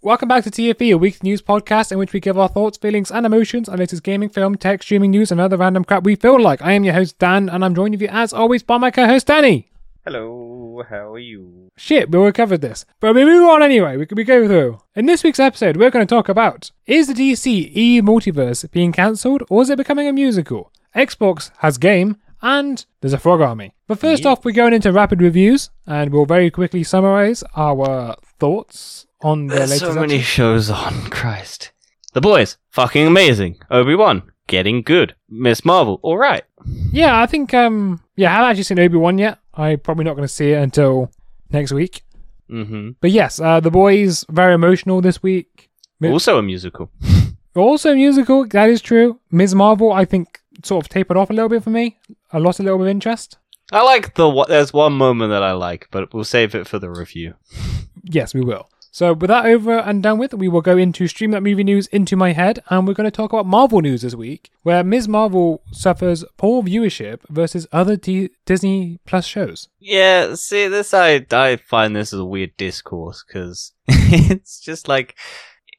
Welcome back to TFE, a weekly news podcast in which we give our thoughts, feelings, and emotions on latest gaming, film, tech, streaming news, and other random crap we feel like. I am your host, Dan, and I'm joined with you as always by my co host, Danny. Hello, how are you? Shit, we already covered this. But we move on anyway, we, we go through. In this week's episode, we're going to talk about Is the DC EU multiverse being cancelled, or is it becoming a musical? Xbox has game, and there's a frog army. But first Yeah. off, we're going into rapid reviews, and we'll very quickly summarize our thoughts on the There's latest. so many shows on, Christ. The Boys, fucking amazing. Obi Wan, getting good. Miss Marvel, alright. Yeah, I think um yeah, I haven't actually seen Obi Wan yet. I'm probably not going to see it until next week. Mm-hmm. But yes, uh, the boys very emotional this week. Mi- Also a musical. Also musical, that is true. Ms. Marvel, I think, sort of tapered off a little bit for me. I lost a little bit of interest. I like the wa- there's one moment that I like, but we'll save it for the review. Yes, we will. So with that over and done with, we will go into stream that movie news into my head, and we're going to talk about Marvel news this week, where Ms. Marvel suffers poor viewership versus other D- Disney Plus shows. Yeah, see, this I I find this is a weird discourse because it's just like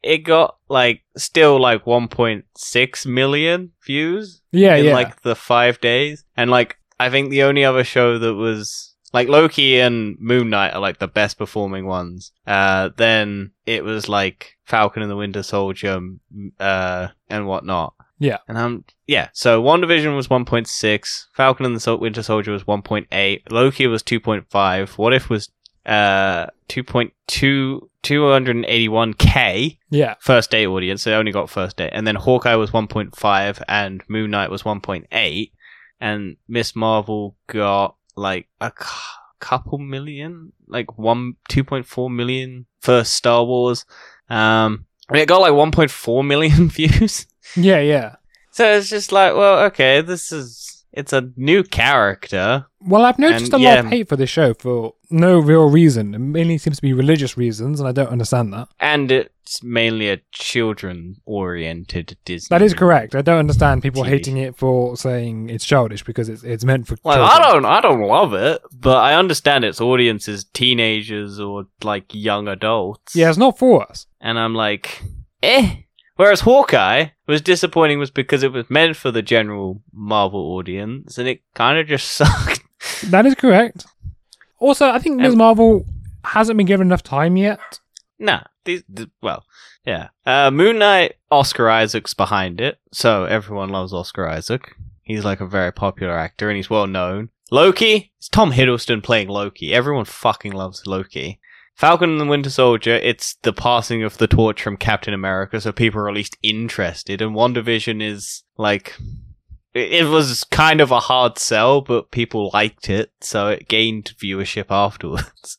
it got like still like 1.6 million views Yeah, in yeah, like the five days. And like I think the only other show that was like Loki and Moon Knight are like the best performing ones. Uh, then it was like Falcon and the Winter Soldier, m- uh, and whatnot. Yeah. And I'm yeah. So WandaVision was 1.6, Falcon and the Sol- Winter Soldier was 1.8, Loki was 2.5, What If was uh 2.2 281k yeah. first day audience. They only got first day, and then Hawkeye was 1.5, and Moon Knight was 1.8, and Miss Marvel got like a cou- couple million, like one 2.4 million for Star Wars. Um, I mean, it got like 1.4 million views. Yeah, yeah. So it's just like, well, okay, this is it's a new character. Well, I've noticed And, a lot yeah. of hate for this show for no real reason. It mainly seems to be religious reasons, and I don't understand that. And it's mainly a children-oriented Disney. That is correct. I don't understand people TV. hating it for saying it's childish because it's it's meant for. Well, I children. don't, I don't love it, but I understand its audience is teenagers or like young adults. Yeah, it's not for us. and I'm like, eh. Whereas Hawkeye was disappointing was because it was meant for the general Marvel audience, and it kind of just sucked. That is correct. Also, I think Ms. Um, Marvel hasn't been given enough time yet. nah, these, th- well, yeah. Uh, Moon Knight, Oscar Isaac's behind it, so everyone loves Oscar Isaac. He's like a very popular actor, and he's well known. Loki, it's Tom Hiddleston playing Loki. Everyone fucking loves Loki. Falcon and the Winter Soldier, it's the passing of the torch from Captain America, so people are at least interested. And WandaVision is like. It it was kind of a hard sell, but people liked it, so it gained viewership afterwards.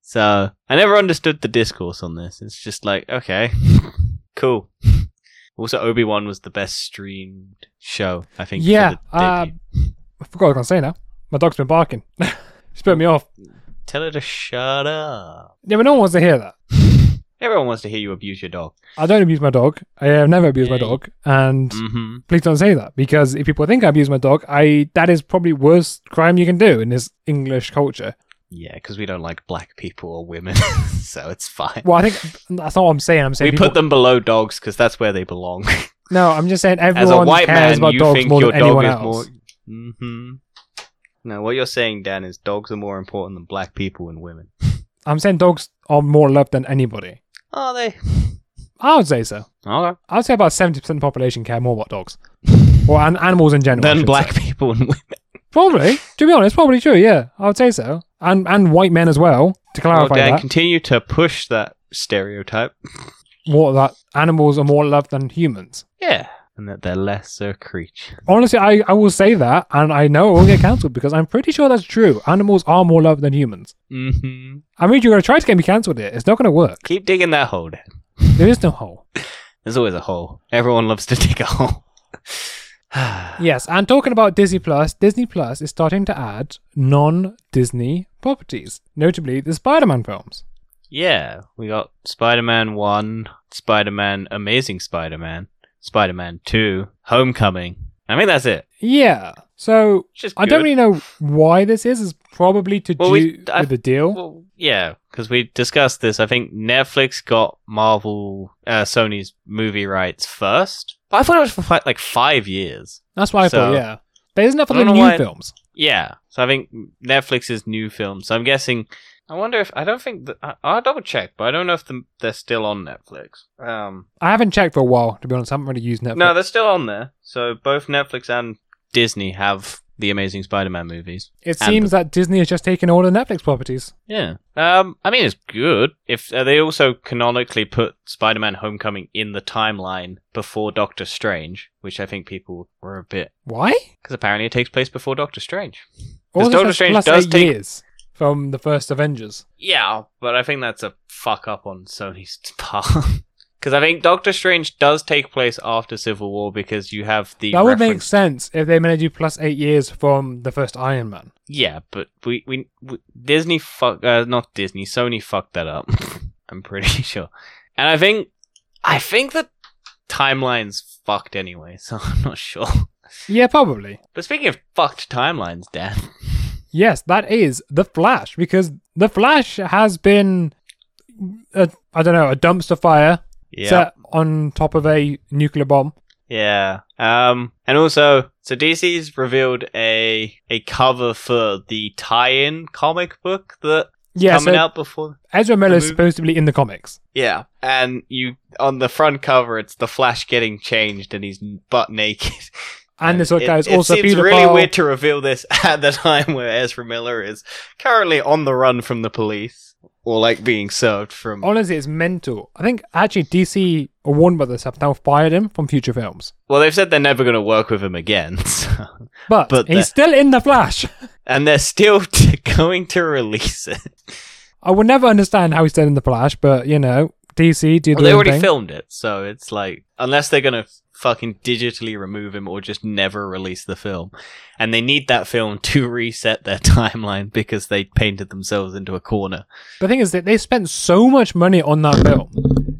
So I never understood the discourse on this. It's just like, okay, cool. Also, Obi Wan was the best streamed show, I think. for Yeah, the uh, debut. I forgot what I was going to say now. My dog's been barking. She's put me off. Tell her to shut up. Yeah, but no one wants to hear that. Everyone wants to hear you abuse your dog. I don't abuse my dog. I have never abused my Yeah. dog, and Mm-hmm. please don't say that because if people think I abuse my dog, I that is probably worst crime you can do in this English culture. Yeah, because we don't like black people or women, so it's fine. Well, I think that's not what I'm saying. I'm we saying people- put them below dogs because that's where they belong. no. I'm just saying As a everyone white cares man, about you dogs think more your than dog anyone is more. else. Mm-hmm. No, what you're saying, Dan, is dogs are more important than black people and women. I'm saying dogs are more loved than anybody. Are they? I would say so. Okay. I would say about seventy percent of the population care more about dogs or an- animals in general I Than should black say. people and women. Probably, to be honest, probably true. Yeah, I would say so, and and white men as well. To Well, clarify Dan, that, continue to push that stereotype. more that animals are more loved than humans. Yeah. And that they're lesser creatures. Honestly, I, I will say that, and I know it will get cancelled because I'm pretty sure that's true. Animals are more loved than humans. Mm-hmm. I mean, you're going to try to get me cancelled here. It's not going to work. Keep digging that hole, Dan. There is no hole. There's always a hole. Everyone loves to dig a hole. yeah. Yes, and talking about Disney Plus, Disney Plus is starting to add non Disney properties, notably the Spider Man films. we got Spider Man 1, Spider Man Amazing Spider Man, Spider Man 2, Homecoming, I think that's it. Yeah. So Which is I don't good. really know why this is. It's probably to Well, do we- I- with the deal. Well, yeah, because we discussed this. I think Netflix got Marvel, uh, Sony's movie rights first. I thought it was for fi- like five years. That's what I thought. so- Yeah. But isn't that for I the don't know new why- films? Yeah, so I think Netflix's new film. So I'm guessing. I wonder if I don't think that I, I'll double check, but I don't know if the, they're still on Netflix. Um, I haven't checked for a while. To be honest, I haven't really used Netflix. no, they're still on there. So both Netflix and Disney have the Amazing Spider-Man movies. it and- seems that Disney has just taken all the Netflix properties. Yeah. Um, I mean, it's good. If uh, they also canonically put Spider-Man: Homecoming in the timeline before Doctor Strange, which I think people were a bit Why? because apparently it takes place before Doctor Strange. All Because this Doctor has Strange plus does eight take- years from the first Avengers. Yeah, but I think that's a fuck up on Sony's part. Because I think Doctor Strange does take place after Civil War because you have the that would make reference- sense if they managed to do plus eight years from the first Iron Man. Yeah, but we, we, we Disney fuck uh, not Disney Sony fucked that up. I'm pretty sure, and I think I think the timeline's fucked anyway, so I'm not sure. Yeah, probably. But speaking of fucked timelines, Dan, Yes, that is the Flash because the Flash has been, a, I don't know, a dumpster fire yeah, set on top of a nuclear bomb. yeah, um, and also so DC's revealed a a cover for the tie-in comic book that Yeah, coming so out before Ezra Miller's the movie- supposed to be in the comics. Yeah, and you on the front cover, it's the Flash getting changed, and he's butt naked. And this it, guy is it also seems pedophile. really weird to reveal this at the time where Ezra Miller is currently on the run from the police, or like being served from. Honestly, it's mental. I think actually DC or Warner Brothers have now fired him from future films, Well, they've said they're never going to work with him again, so. but, But he's the- still in the Flash. and they're still t- going to release it. I will never understand how he's still in the Flash, but you know, DC do the Well, they their own already thing. filmed it, so it's like unless they're going to fucking digitally remove him or just never release the film, and they need that film to reset their timeline because they painted themselves into a corner. The thing is that they spent so much money on that film.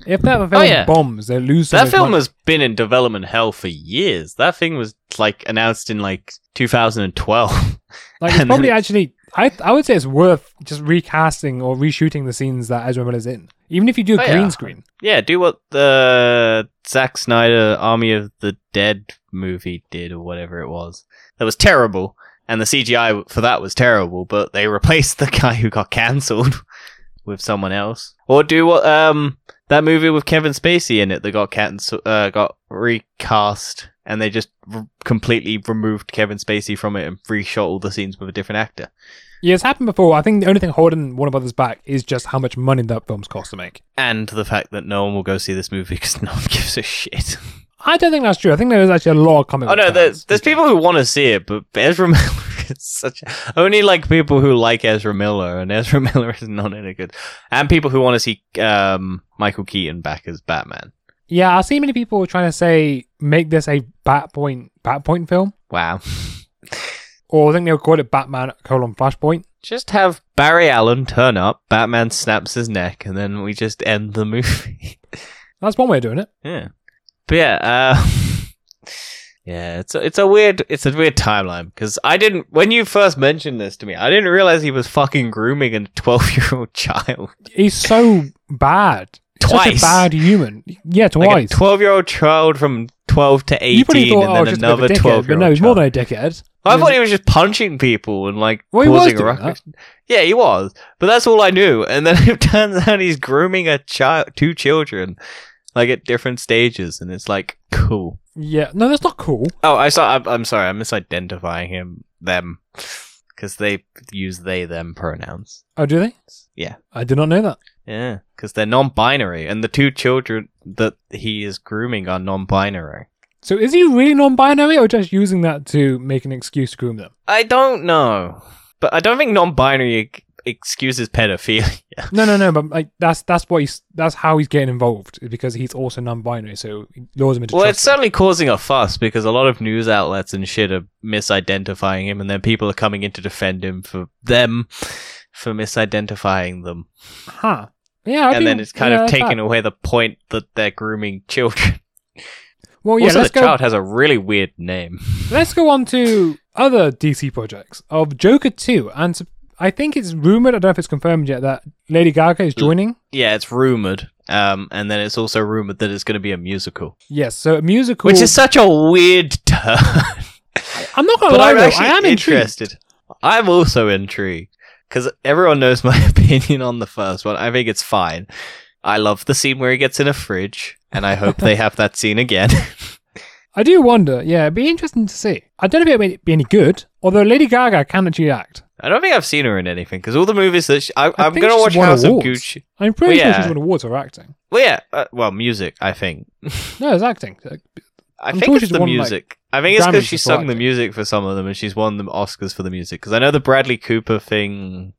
If that film Oh, yeah. bombs, they lose so that much film money. has been in development hell for years. That thing was like announced in like 2012. Like it's and then probably it's- actually, I I would say it's worth just recasting or reshooting the scenes that Ezra Miller's in, even if you do a Oh, green yeah. screen. yeah, do what the Zack Snyder Army of the Dead movie did, or whatever it was. That was terrible, and the CGI for that was terrible. But they replaced the guy who got cancelled with someone else, or do what um that movie with Kevin Spacey in it that got cancel uh, got recast, and they just r- completely removed Kevin Spacey from it and reshot all the scenes with a different actor. Yeah, it's happened before. I think the only thing holding Warner Brothers back is just how much money that film's cost to make. and the fact that no one will go see this movie because no one gives a shit. I don't think that's true. I think there is actually a lot of comic. Oh no, book there's, fans. there's people who want to see it, but Ezra Miller is such a, only like people who like Ezra Miller, and Ezra Miller is not in a good. And people who want to see um, Michael Keaton back as Batman. Yeah, I see many people trying to say make this a Batpoint Batpoint film, Wow, or I think they'll call it Batman colon Flashpoint. just have Barry Allen turn up, Batman snaps his neck, and then we just end the movie. That's one way of doing it. Yeah, but yeah, uh, yeah. It's a, it's a weird it's a weird timeline because I didn't when you first mentioned this to me, I didn't realize he was fucking grooming a twelve year old child He's so bad. He's Such twice. a bad human. Yeah, Like a twice. twelve year old child from twelve to you probably eighteen, thought, oh, and then just a bit of a another dickhead, twelve year But no, old. he's more than a dickhead. I He was- thought he was just punching people and like Well, he was causing a doing ruckus. Yeah, he was, but that's all I knew. And then it turns out he's grooming a child, two children, like at different stages, and it's like cool. Yeah, no, that's not cool. Oh, I saw. I'm, I'm sorry. I'm misidentifying him, them, because they use they them pronouns. Oh, do they? Yeah. I did not know that. Yeah, because they're non-binary, and the two children that he is grooming are non-binary. So is he really non-binary, or just using that to make an excuse to groom them? I don't know, but I don't think non-binary ex- excuses pedophilia. No, no, no. But like, that's that's what he's that's how he's getting involved is because he's also non-binary, so it lures him into. Well, trust it's certainly causing a fuss because a lot of news outlets and shit are misidentifying him, and then people are coming in to defend him for them for misidentifying them. Huh. Yeah. I and do- then it's kind yeah, of that's taken bad. away the point that they're grooming children. Well, yeah, also, let's the go. child has a really weird name. Let's go on to other DC projects of Joker Two, and s- I think it's rumored. I don't know if it's confirmed yet that Lady Gaga Hmm. is joining. Yeah, it's rumored. Um, and then it's also rumored that it's going to be a musical, Yes, so a musical. which is such a weird turn. I'm not gonna but lie I'm though, actually Oh, I am intrigued. interested. I'm also intrigued because everyone knows my opinion on the first one. I think it's fine. I love the scene where he gets in a fridge, and I hope they have that scene again. I do wonder. Yeah, it'd be interesting to see. I don't know if it'd be any good. Although Lady Gaga can actually act. I don't think I've seen her in anything because all the movies that she, I, I am think gonna she's watch won House awards. of Gucci. I'm pretty Well, sure Oh, yeah. she's won awards for acting. Well, yeah, uh, well, music. I think. No, it's acting. Uh, I I'm sure think she's it's the won, like, music. I think it's Grammys because she for sung the acting. music for some of them, and she's won the Oscars for the music. Because I know the Bradley Cooper thing.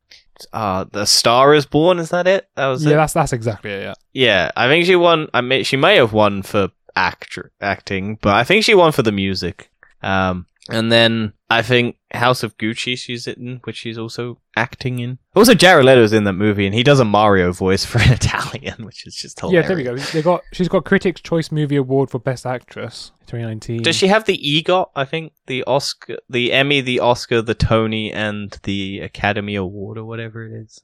Uh, the Star is Born. Is that it? That was yeah, it. that's that's exactly it. Yeah. Yeah, I think she won. I may, she may have won for act- acting, but I think she won for the music. Um, and then I think House of Gucci she's in, which she's also acting in. Also, Jared Leto's in that movie, and he does a Mario voice for an Italian, which is just hilarious. Yeah, there we go. They got she's got Critics' Choice Movie Award for Best Actress 2019. Does she have the EGOT? I think the Oscar, the Emmy, the Oscar, the Tony, and the Academy Award or whatever it is,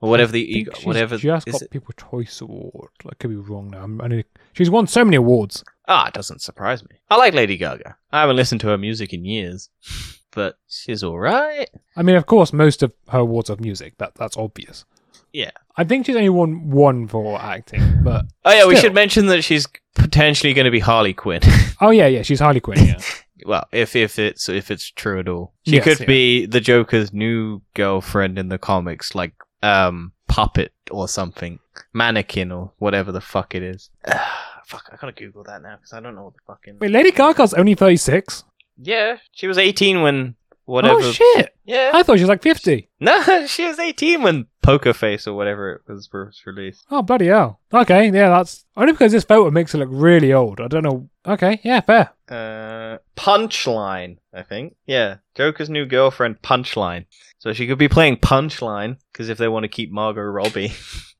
or whatever the I think EGOT, she's whatever. just is got it- People Choice Award. I could be wrong now. I'm, I need, she's won so many awards. Ah, it doesn't surprise me. I like Lady Gaga. I haven't listened to her music in years, but she's all right. I mean, of course, most of her awards are music. That that's obvious. Yeah. I think she's only won one for acting, but Oh yeah, we Still. should mention that she's potentially going to be Harley Quinn. oh yeah, yeah, she's Harley Quinn. Yeah, well, if if it's if it's true at all, she Yes, could yeah. be the Joker's new girlfriend in the comics, like um puppet or something, mannequin or whatever the fuck it is. fuck, I gotta Google that now because I don't know what the fucking. wait, Lady Gaga's only 36. Yeah, she was eighteen when whatever. Oh shit! Yeah. I thought she was like 50. No, she was 18 when Poker Face or whatever it was first released. Oh bloody hell! Okay, yeah, that's only because this photo makes her look really old. I don't know. Okay, yeah, fair. Uh, Punchline, I think. Yeah, Joker's new girlfriend, Punchline. So she could be playing Punchline because if they want to keep Margot Robbie,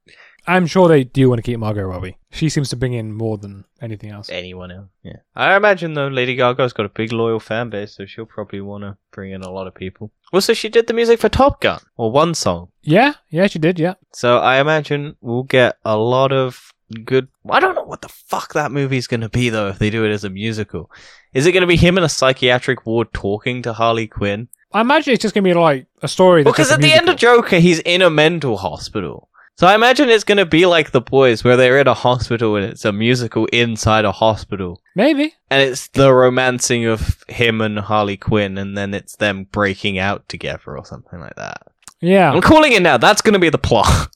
I'm sure they do want to keep Margot Robbie. She seems to bring in more than anything else. anyone else. Yeah, I imagine though Lady Gaga's got a big loyal fan base, so she'll probably want to bring in a lot of people. Well, so she did the music for Top Gun or one song. Yeah, yeah, she did. Yeah, So I imagine we'll get a lot of good. I don't know what the fuck that movie's going to be though if they do it as a musical. Is it going to be him in a psychiatric ward talking to Harley Quinn? I imagine it's just gonna be like a story. that's Because just a at the end of musical. Joker, he's in a mental hospital. So I imagine it's going to be like The Boys where they're in a hospital and it's a musical inside a hospital. maybe And it's the romancing of him and Harley Quinn, and then it's them breaking out together or something like that. yeah, I'm calling it now. That's going to be the plot.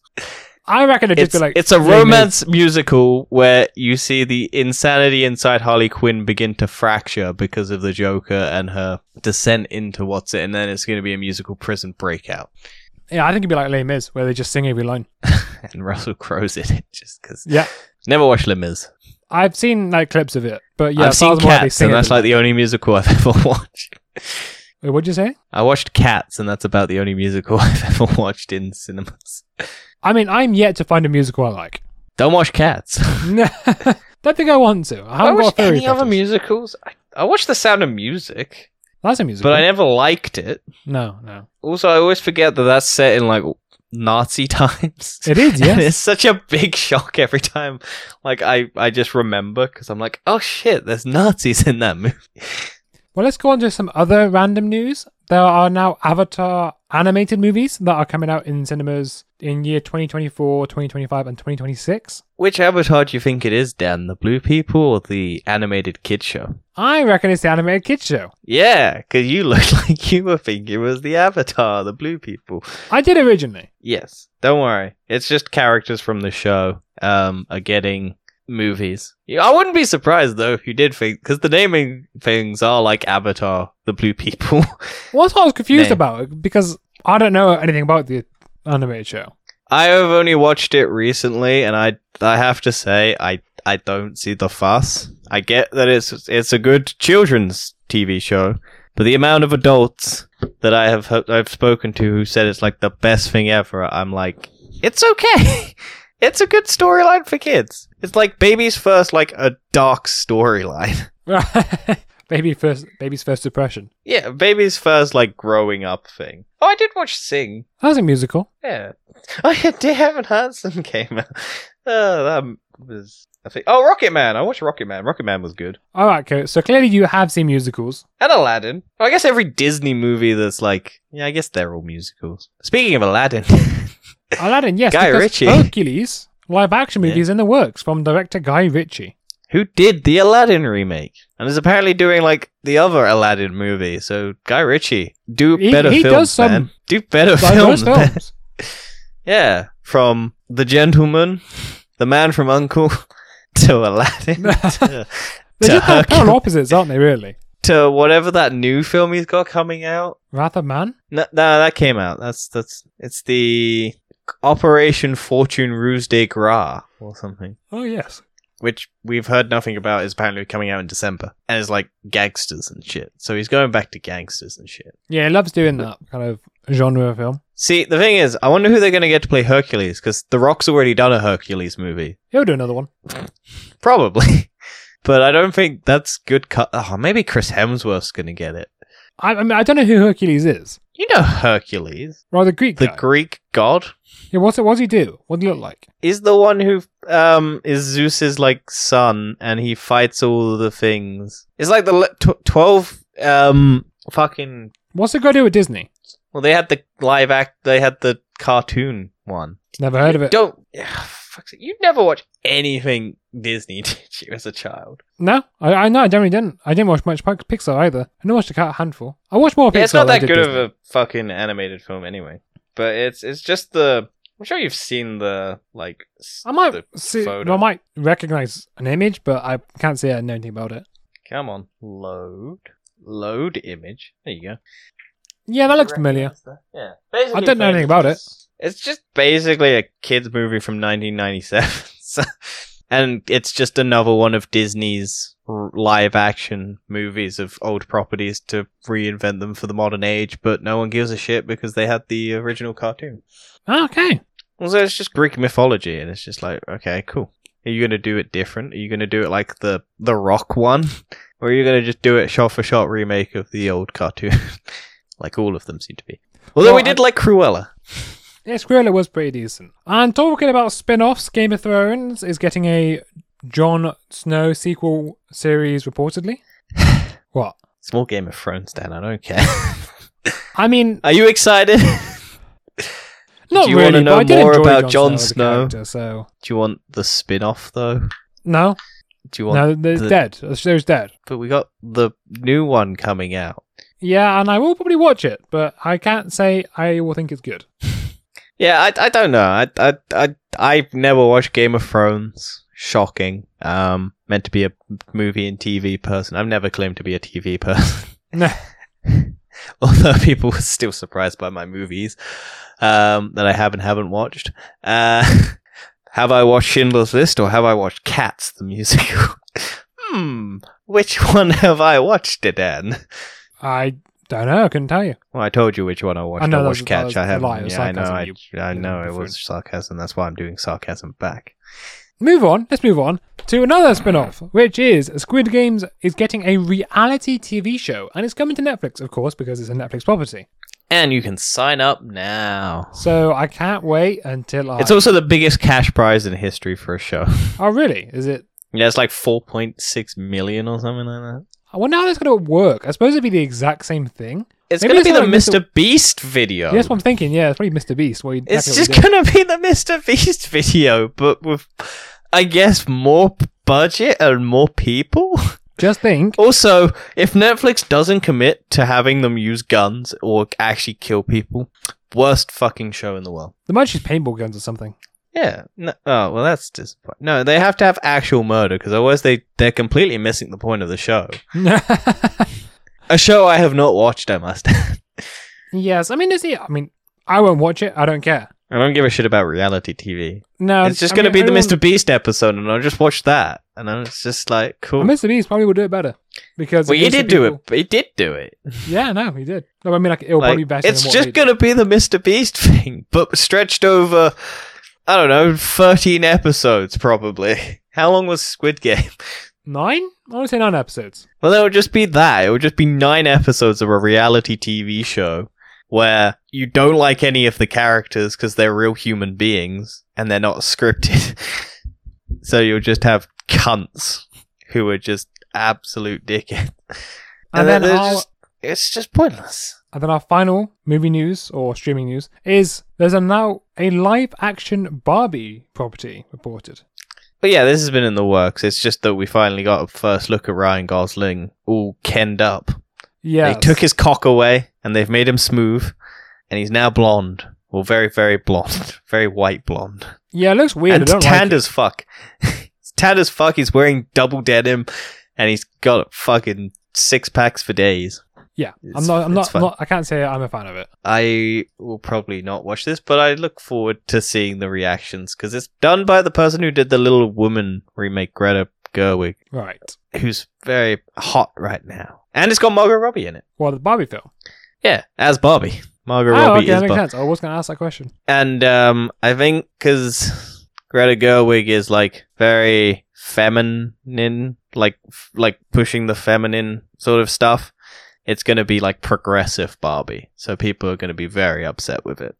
I reckon it'd just it's, be like it's a Lady Gaga. romance musical where you see the insanity inside Harley Quinn begin to fracture because of the Joker and her descent into what's it, and then it's going to be a musical prison breakout, Yeah, I think it'd be like Les Mis, where they just sing every line. and Russell Crowe's in it just because. Yeah. Never watched Les Mis. I've seen like clips of it, but yeah, I've as far as seen I'm aware, they Cats, sing and it. that's like the only musical I've ever watched. Wait, what'd you say? I watched Cats, and that's about the only musical I've ever watched in cinemas. I mean, I'm yet to find a musical I like. Don't watch Cats. Don't think I want to. I I haven't watched got a theory any other fetish. musicals. I, I watched The Sound of Music, That's a musical. but I never liked it. no, no, Also, I always forget that that's set in like Nazi times. it is. And Yes, it's such a big shock every time. Like I, I just remember because I'm like, oh shit, there's Nazis in that movie. Well, let's go on to some other random news. There are now Avatar animated movies that are coming out in cinemas in year 2024, 2025, and 2026. Which Avatar do you think it is, Dan? The blue people or the animated kid show? I reckon it's the animated kids show. Yeah, because you looked like you were thinking it was the Avatar, the blue people. I did originally. Yes, don't worry. It's just characters from the show um, are getting movies. Yeah, I wouldn't be surprised though if you did think because the naming things are like Avatar, the Blue People. Well, that's what I was confused Nay. about because I don't know anything about the animated show. I have only watched it recently, and I I have to say I I don't see the fuss. I get that it's it's a good children's TV show, but the amount of adults that I have I've spoken to who said it's like the best thing ever, I'm like, it's okay. it's a good storyline for kids. It's like baby's first, like a dark storyline. Baby first, baby's first depression. Yeah, baby's first, like growing up thing. Oh, I did watch Sing. That was a musical. Yeah. Oh yeah, Dear Evan Hansen came out. Oh, that was. I think. Oh, Rocket Man. I watched Rocket Man. Rocket Man was good. All right, Kurt. So clearly you have seen musicals. And Aladdin. Well, I guess every Disney movie that's like, yeah, I guess they're all musicals. Speaking of Aladdin, Aladdin, yes. Guy because Ritchie. Hercules, live action Yeah. movies in the works from director Guy Ritchie. who did the Aladdin remake and is apparently doing like the other Aladdin movie. So Guy Ritchie, do He- better he films, does some man. Do better Diverse films. man. films. Yeah, from The Gentleman, The Man from Uncle, to Aladdin, to, They're to just like Hercules. polar opposites, aren't they? Really. to whatever that new film he's got coming out. Wrath of Man. No, no, that came out. That's that's it's the Operation Fortune Ruse de Gras or something, Oh yes. which we've heard nothing about. Is apparently coming out in December, and it's like gangsters and shit. So he's going back to gangsters and shit. Yeah, he loves doing that kind of genre of film. See, the thing is, I wonder who they're going to get to play Hercules because The Rock's already done a Hercules movie, He'll do another one. probably. but I don't think that's good. Cut. Oh, maybe Chris Hemsworth's going to get it. I, I mean, I don't know who Hercules is. You know Hercules, Rather the Greek the guy. Greek god. yeah, what's it? What's he do? What do he look like? is the one who um is Zeus's like son, and he fights all the things. It's like the le- tw- twelve um fucking. What's it got to do with Disney? Well, they had the live act. They had the cartoon one. Never heard of it. Don't. Yeah, fuck's sake. You never watch anything Disney, did you, as a child? No, I, I no, I generally didn't. I didn't watch much Pix- Pixar either. I didn't watch a cat handful. I watched more Pixar. Yeah, it's not than I that did good of Disney. a fucking animated film anyway. But it's it's just the. I'm sure you've seen the like. s- I might the- see. photo. I might recognize an image, but I can't say I know anything about it. come on, load, load image. There you go. Yeah, that looks familiar. Yeah. Basically, I don't know anything about it. It's just basically a kids movie from 1997. So- and it's just another one of Disney's r- live action movies of old properties to reinvent them for the modern age, but no one gives a shit because they had the original cartoon. Ah, okay. Also, it's just Greek mythology and it's just like, okay, cool. Are you going to do it different? Are you going to do it like the the rock one? Or are you going to just do it shot for shot remake of the old cartoon? like all of them seem to be. Although Well, we did I- like Cruella. Yeah, Skrilla was pretty decent. And talking about spin-offs, Game of Thrones is getting a Jon Snow sequel series reportedly. what? Small Game of Thrones, Dan. I don't care. I mean, Are you excited? Do not you really. wanna but know I did more enjoy Jon about Jon as a Snow? character, so you want the spin off, though? no, Do you want. no, they're the- dead. The show's dead. But we got the new one coming out. Yeah, and I will probably watch it, but I can't say I will think it's good. Yeah, I, I don't know. I, I, I, I've never watched Game of Thrones. Shocking. Um, meant to be a movie and TV person. I've never claimed to be a TV person. No. Although people were still surprised by my movies um, that I have and haven't watched. Uh, have I watched Schindler's List or have I watched Cats, the musical? hmm. Which one have I watched it in? I don't know. I couldn't tell you. Well, I told you which one I watched. I I, know that watched was- that Catch. was I a have. lie, it was Yeah, I know. I, sarcasm. I know it different. was sarcasm. That's why I'm doing sarcasm back. Move on. Let's move on to another spin-off, which is Squid Games is getting a reality TV show, and it's coming to Netflix, of course, because it's a Netflix property. And you can sign up now. So I can't wait until I. It's also the biggest cash prize in history for a show. oh, really? Is it? yeah, it's like 4.6 million or something like that. I wonder how that's going to work. I suppose it'd be the exact same thing. It's Maybe going to be it's the not a Mr. Beast video. Yes, what I'm thinking. Yeah, it's probably Mr. Beast. What he- Oh. it's exactly what just he did. going to be the Mr. Beast video, but with, I guess, more p- budget and more people. just think. Also, if Netflix doesn't commit to having them use guns or actually kill people, worst fucking show in the world. The might use paintball guns or something. Yeah. No, oh well, that's disappointing. No, they have to have actual murder because otherwise they they're completely missing the point of the show. A show I have not watched. I must. I yes, I mean, is he? I mean, I won't watch it. I don't care. don't give a shit about reality TV. No, it's just I gonna mean, be the everyone- Mr. Beast episode, and I'll just watch that. And I'm it's just like, cool. Mr. Beast probably will do it better because well, it you gives the did do people- it. He did do it. Yeah, no, he did. No, I mean, like it'll Like, probably be better. it's than what just they going to be the Mr. Beast thing, but stretched over, I don't know, 13 episodes probably. How long was Squid Game? Nine? I want to say nine episodes. Well, it would just be that. It would just be nine episodes of a reality TV show where you don't like any of the characters because they're real human beings and they're not scripted. so you'll just have cunts who are just absolute dickheads. And, then, they're our, just- it's just pointless. and then our final movie news or streaming news is there's a now a live action Barbie property reported. But yeah, this has been in the works. It's just that we finally got a first look at Ryan Gosling all kenned up. Yeah. They took his cock away and they've made him smooth, and he's now blonde. Well, very, very blonde. Very white blonde. Yeah, it looks weird. I and don't like tanned it. as fuck. he's tanned as fuck. He's wearing double denim, and he's got fucking six packs for days. Yeah, I'm It's- not. I'm it's not, fun. not. I can't say I'm a fan of it. I will probably not watch this, but I look forward to seeing the reactions because it's done by the person who did the Little Woman remake, Greta Gerwig, Right. who's very hot right now, and it's got Margot Robbie in it. Well, the Barbie film. Yeah, as Barbie. Margot oh, Robbie okay, that is makes Barbie. sense. I was going to ask that question. And um, I think because Greta Gerwig is like very feminine, like f- like pushing the feminine sort of stuff. It's going to be like progressive Barbie, so people are going to be very upset with it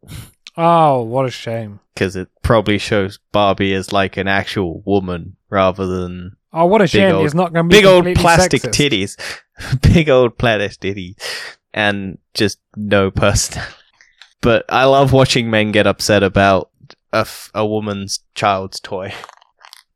Oh, what a shame. because it probably shows Barbie as like an actual woman rather than Oh, what a shame. old- it's not going to be big old completely plastic sexist. titties, big old plastic titties, and just no person. but I love watching men get upset about a, f- a woman's child's toy.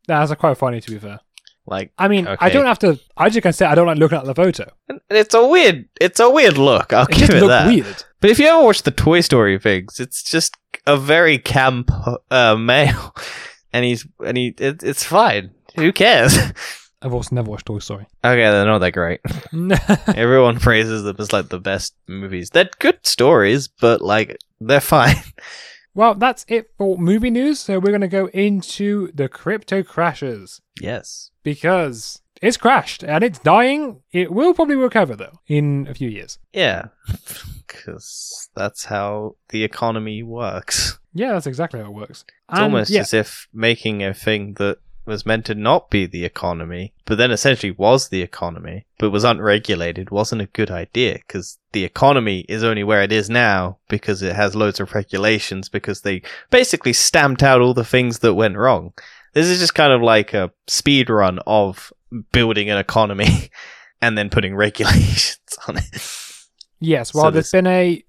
That's quite funny, to be fair. Like I mean, I Okay. don't have to. I just can say I don't like looking at the photo. and it's a weird, it's a weird look. I'll It give just it looked that. weird. But if you ever watch the Toy Story things, it's just a very camp uh, male, and he's and he it, it's fine. Who cares? I've also never watched Toy Story. okay, they're not that great. yeah, Everyone praises them as like the best movies. They're good stories, but like they're fine. well, that's it for movie news. So we're going to go into the crypto crashes Yes. because it's crashed and it's dying. It will probably recover though in a few years. Yeah. Because that's how the economy works. Yeah, that's exactly how it works. It's And, almost yeah, as if making a thing that was meant to not be the economy, but then essentially was the economy, but was unregulated, wasn't a good idea because the economy is only where it is now because it has loads of regulations because they basically stamped out all the things that went wrong. This is just kind of like a speed run of building an economy and then putting regulations on it. Yes, So well, there's this- been a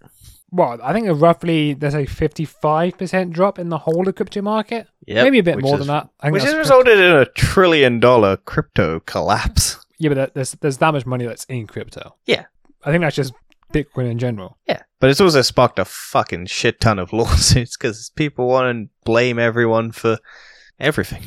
well, I think a roughly there's a 55 percent drop in the whole of crypto market. Yep, Maybe a bit which more is- than that. I think Which that's has pretty- resulted in a trillion dollar crypto collapse. Yeah, but there- there's there's that much money that's in crypto. Yeah. I think that's just Bitcoin in general. Yeah. But it's also sparked a fucking shit ton of lawsuits because people want to blame everyone for everything.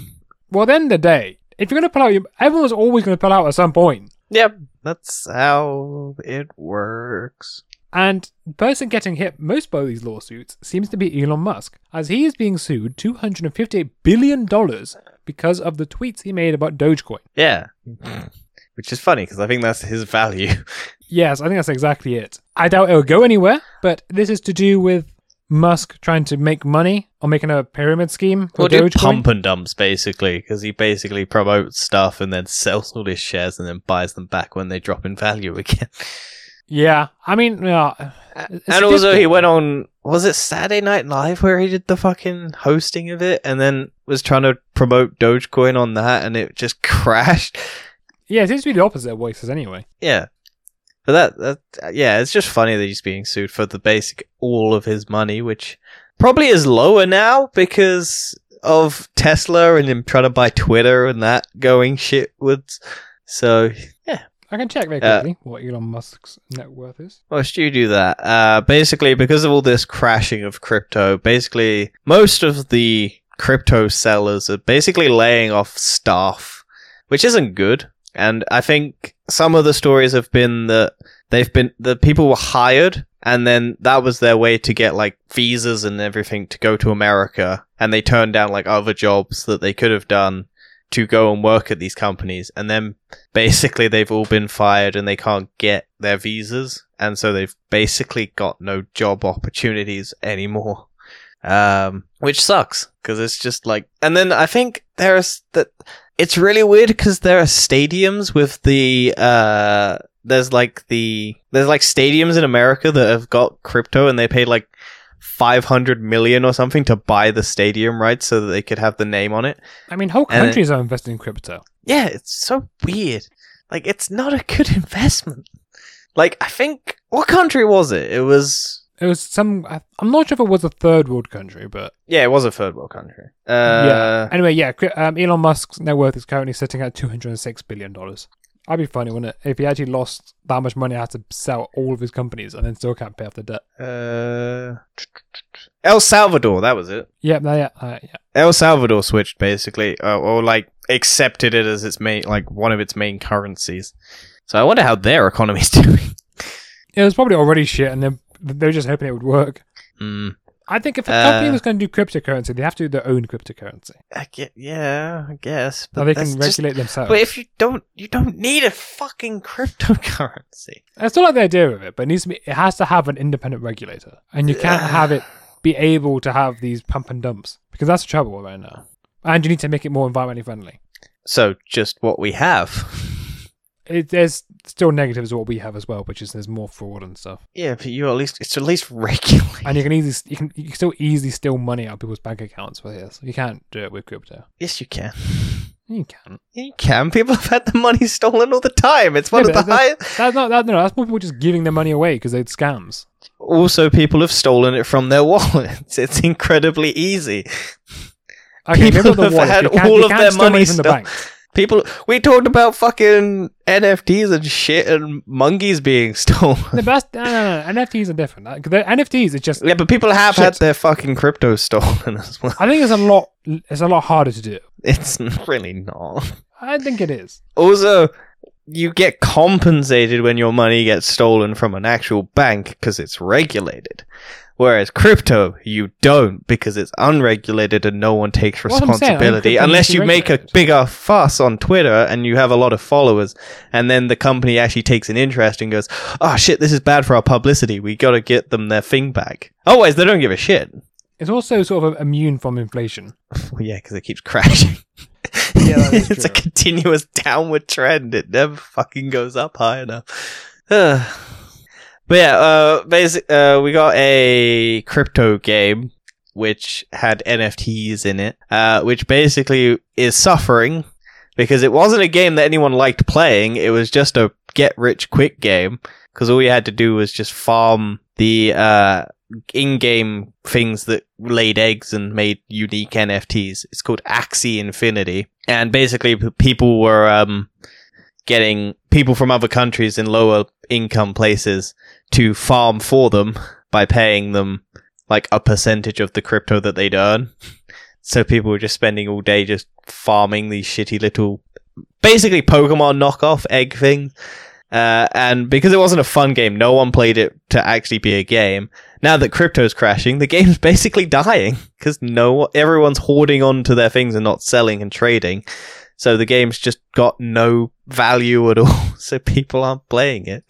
Well, at the end of the day, if you're going to pull out, your, everyone's always going to pull out at some point. Yep. That's how it works. And the person getting hit most by these lawsuits seems to be Elon Musk, as he is being sued 258 billion dollars because of the tweets he made about Dogecoin. Yeah. Which is funny because I think that's his value. Yes, I think that's exactly it. I doubt it'll go anywhere, but this is to do with Musk trying to make money or making a pyramid scheme for Well, do Dogecoin. pump and dumps basically because he basically promotes stuff and then sells all his shares and then buys them back when they drop in value again. Yeah, I mean, yeah, and it's also, he difficult. went on was it Saturday Night Live where he did the fucking hosting of it, and then was trying to promote Dogecoin on that, and it just crashed. yeah, it seems to be the opposite of what he says anyway. Yeah, but that that yeah, it's just funny that he's being sued for the basic all of his money, which probably is lower now because of Tesla and him trying to buy Twitter and that going shitwards. So I can check very Uh, quickly what Elon Musk's net worth is. Whilst you do that, uh, basically, because of all this crashing of crypto, basically, most of the crypto sellers are basically laying off staff, which isn't good. And I think some of the stories have been that they've been, the people were hired, and then that was their way to get like visas and everything to go to America. And they turned down like other jobs that they could have done to go and work at these companies. And then basically they've all been fired and they can't get their visas and so they've basically got no job opportunities anymore um which sucks because it's just like and then i think there's that it's really weird because there are stadiums with the uh there's like the there's like stadiums in America that have got crypto and they paid like 500 million or something to buy the stadium rights so that they could have the name on it. I mean, whole And- countries are investing in crypto. Yeah, it's so weird. Like it's not a good investment. Like I think what country was it? It was It was some. I- I'm not sure if it was a third world country, but yeah, it was a third world country. Uh Yeah. anyway, yeah. cri- Um, Elon Musk's net worth is currently sitting at 206 billion dollars. That'd be funny, wouldn't it? If he actually lost that much money, had to sell all of his companies and then still can't pay off the debt. uh El Salvador, that was it. Yeah, no, yeah, uh, yeah. El Salvador switched basically, uh, or like accepted it as its main, like one of its main currencies. So I wonder how their economy's doing. It was probably already shit, and then they were just hoping it would work. Mm, I think if a Uh, company was going to do cryptocurrency, they have to do their own cryptocurrency. I get, yeah, I guess. Now they can that's just- regulate themselves. but if you don't, you don't need a fucking cryptocurrency. I still like the idea of it, but it needs to be. It has to have an independent regulator, and you can't have it be able to have these pump and dumps because that's the trouble right now. And you need to make it more environmentally friendly. So just what we have. It, there's still negatives of what we have as well, which is there's more fraud and stuff, yeah, but you at least it's at least regulated. and you can easily you can you can still easily steal money out of people's bank accounts with this. You can't do it with crypto. yes, you can. You can. You can. People have had the money stolen all the time. It's one Yeah, of but the highest. That's not that no. That's more people just giving their money away because they're scams. Also, people have stolen it from their wallets. It's incredibly easy. Okay, People maybe not the have wallet. had You can't- all you of can't their steal money from the stolen. bank. People, we talked about fucking NFTs and shit and monkeys being No, stolen. but that's, no, no, no. NFTs are different. Like, the NFTs are just Yeah, but people have Shit. had their fucking crypto stolen as well. I think it's a lot. It's a lot harder to do. It's really not. I think it is. Also, you get compensated when your money gets stolen from an actual bank because it's regulated. Whereas crypto, you don't because it's unregulated and no one takes Well, I'm saying, I think responsibility crypto unless needs to you be make a regulated. bigger fuss on Twitter and you have a lot of followers. And then the company actually takes an interest and goes, oh shit, this is bad for our publicity. We gotta get them their thing back. Otherwise, they don't give a shit. It's also sort of immune from inflation. Well, yeah, because it keeps crashing. Yeah, that is it's a true. continuous downward trend. It never fucking goes up high enough. Ugh. but yeah, uh, basic, uh, we got a crypto game which had NFTs in it, uh, which basically is suffering because it wasn't a game that anyone liked playing. It was just a get rich quick game because all you had to do was just farm the uh, in-game things that laid eggs and made unique NFTs. It's called Axie Infinity, and basically p- people were um, getting people from other countries in lower income places to farm for them by paying them like a percentage of the crypto that they'd earn. So people were just spending all day just farming these shitty little, basically Pokemon knockoff egg things. Uh, and because it wasn't a fun game, no one played it to actually be a game now that crypto's crashing, the game's basically dying because no everyone's hoarding onto their things and not selling and trading. So the game's just got no value at all. So people aren't playing it.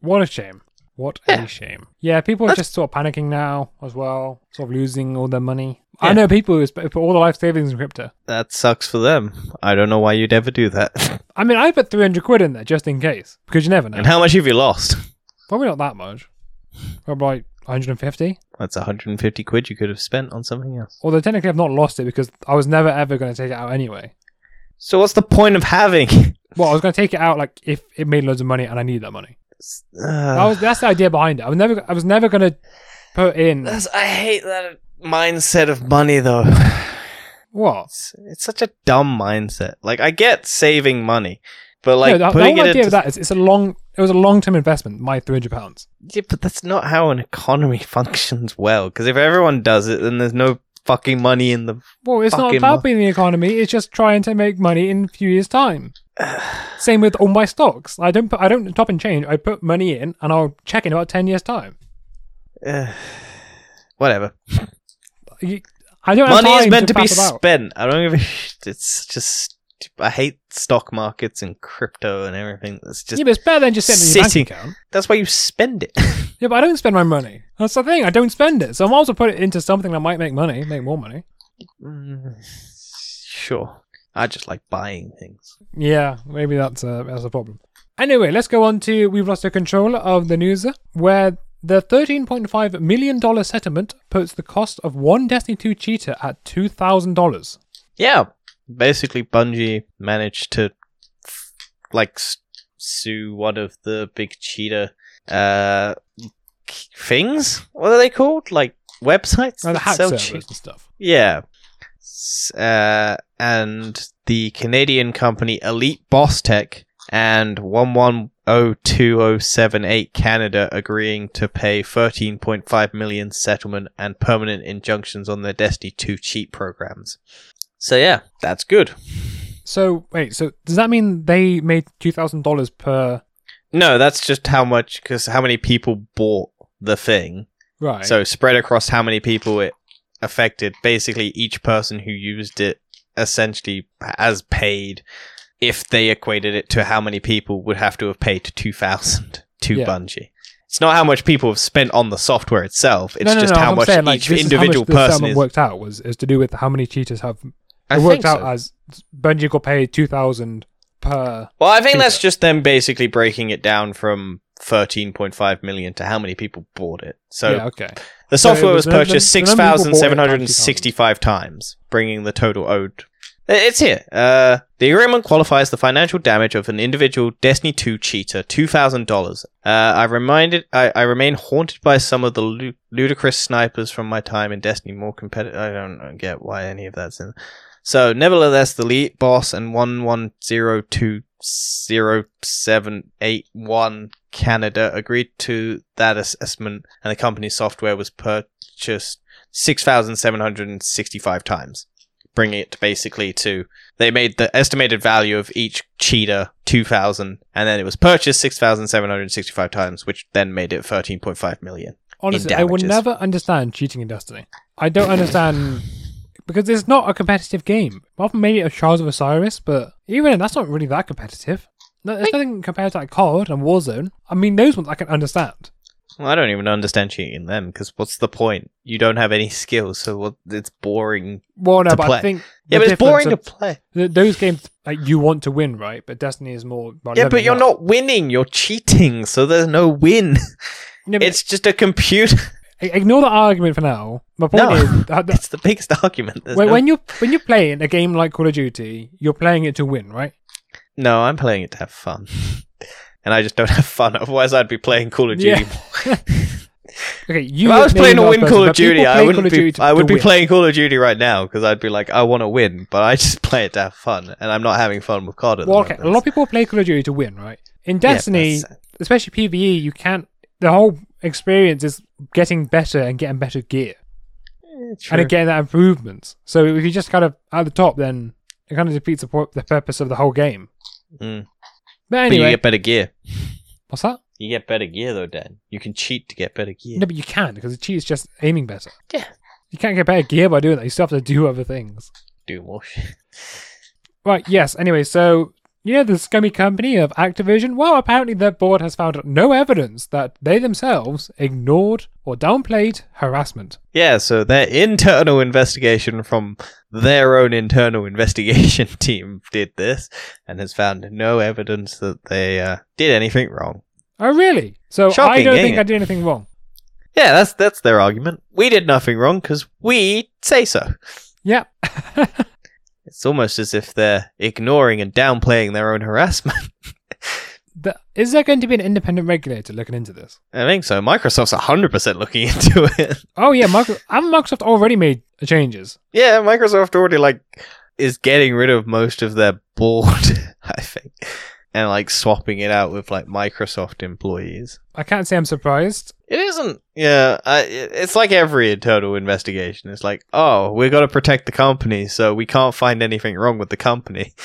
What a shame. What Yeah. a shame. Yeah, people are That's- just sort of panicking now as well, sort of losing all their money. Yeah. I know people who sp- put all their life savings in crypto. That sucks for them. I don't know why you'd ever do that. I mean, I put 300 quid in there just in case, because you never know. and how much have you lost? Probably not that much. Probably like 150. That's 150 quid you could have spent on something else. Although technically I've not lost it because I was never ever going to take it out anyway. So what's the point of having? Well, I was going to take it out like if it made loads of money and I needed that money. That Uh, was, that's the idea behind it. I was never, I was never going to put in that's, I hate that mindset of money though. what It's, it's such a dumb mindset. Like I get saving money, but like no, the, the putting whole it idea into of that is it's a long it was a long term investment, my three hundred pounds. Yeah, but that's not how an economy functions well. Because if everyone does it, then there's no fucking money in the. Well, it's not Fucking about mo- being in the economy, it's just trying to make money in a few years' time. Same with all my stocks. I don't put I don't top and change, I put money in and I'll check in about ten years' time. Uh, whatever. You- I don't Money have time is meant to, be faff about. spent. I don't give a shit. It's just. I hate stock markets and crypto and everything. That's just. yeah, but it's better than just sitting in your sitting. bank account. That's why you spend it. Yeah, but I don't spend my money. That's the thing. I don't spend it, so I'm also put it into something that might make money, make more money. Mm, sure. I just like buying things. Yeah, maybe that's a that's a problem. Anyway, let's go on to we've lost the control of the news where the thirteen point five million dollar settlement puts the cost of one Destiny two cheater at two thousand dollars. Yeah, basically Bungie managed to like s- sue one of the big cheetah uh k- things. What are they called? Like websites And Oh, the that hack sell servers cheat- and stuff. Yeah. S- Uh, and the Canadian company Elite Boss Tech and 110278 Canada agreeing to pay 13.5 million settlement and permanent injunctions on their Destiny 2 cheat programs. So yeah, that's good. So wait, so does that mean they made two thousand dollars per No, that's just how much cuz how many people bought the thing. right? So spread across how many people it affected. Basically, each person who used it essentially as paid, if they equated it to how many people would have to have paid two thousand to Yeah. Bungie. It's not how much people have spent on the software itself. It's No, no, just no, how I'm much saying, like, each this is how much individual the person settlement is. worked out was is to do with how many cheaters have. I it think worked out so. as Bungie got paid two thousand per. Well, I think that's cheaper. just them basically breaking it down from thirteen point five million to how many people bought it. So yeah, okay. The So it software was was the- the- purchased the number of people bought it by 6,765 times, bringing the total owed. It's here. Uh, the agreement qualifies the financial damage of an individual Destiny 2 cheater, $2,000. Uh, I reminded, I, I remain haunted by some of the lu- ludicrous snipers from my time in Destiny. More competitive. I don't get why any of that's in. So, nevertheless, the lead boss and 11020781 Canada agreed to that assessment, and the company's software was purchased 6,765 times, bringing it basically to they made the estimated value of each cheetah 2,000, and then it was purchased 6,765 times, which then made it 13.5 million. Honestly, I will damages. never understand cheating in Destiny. I don't understand because it's not a competitive game. Apart from maybe a Shards of Osiris, but even then, that's not really that competitive. No, there's nothing compared to like COD and Warzone. I mean, those ones I can understand. Well, I don't even understand cheating them because what's the point? You don't have any skills, so what, it's boring. Well, no, To but I play. think Yeah, the but it's boring to difference play. of- th- those games like you want to win, right? But Destiny is more. About Yeah, leveling but you're up. not winning. You're cheating, so there's no win. No, but It's just a computer. I- ignore that argument for now. My point No. is that, that- It's the biggest argument. There's when, no... when you when you're playing a game like Call of Duty, you're playing it to win, right? no, I'm playing it to have fun, and I just don't have fun. Otherwise, I'd be playing Call of Yeah. Duty. more. Okay, you. if I was maybe playing to not win person, Call but of people Duty, play I Call wouldn't of be. Duty to- I would to be win. playing Call of Duty right now because I'd be like, I want to win, but I just play it to have fun, and I'm not having fun with COD. At the Well, okay, moment. a lot of people play Call of Duty to win, right? In Yeah, Destiny, that's- especially PVE, you can't. The whole experience is getting better and getting better gear Eh, and true. getting that improvements. So if you just kind of at the top, then it kind of defeats the, pur- the purpose of the whole game. Mm. But But you anyway, get better gear. what's that? You get better gear though, Dan. You can cheat to get better gear. No, but you can because the cheat is just aiming better. Yeah. You can't get better gear by doing that. You still have to do other things. Do more shit. Right, yes. Anyway, so you know the scummy company of Activision? Well, apparently their board has found no evidence that they themselves ignored or downplayed harassment. Yeah, so their internal investigation from their own internal investigation team did this and has found no evidence that they uh, did anything wrong. Oh, really? So I Shocking, don't ain't think I it? did anything wrong. Yeah, that's that's their argument. We did nothing wrong because we say so. Yeah. It's almost as if they're ignoring and downplaying their own harassment. The, is there going to be an independent regulator looking into this? I think so. Microsoft's 100% looking into it. Oh, yeah. Microsoft, haven't Microsoft already made changes? Yeah, Microsoft already like is getting rid of most of their board, I think, and like swapping it out with like Microsoft employees. I can't say I'm surprised. It isn't. Yeah, I, it- it's like every internal investigation. It's like, oh, we got to protect the company, so we can't find anything wrong with the company.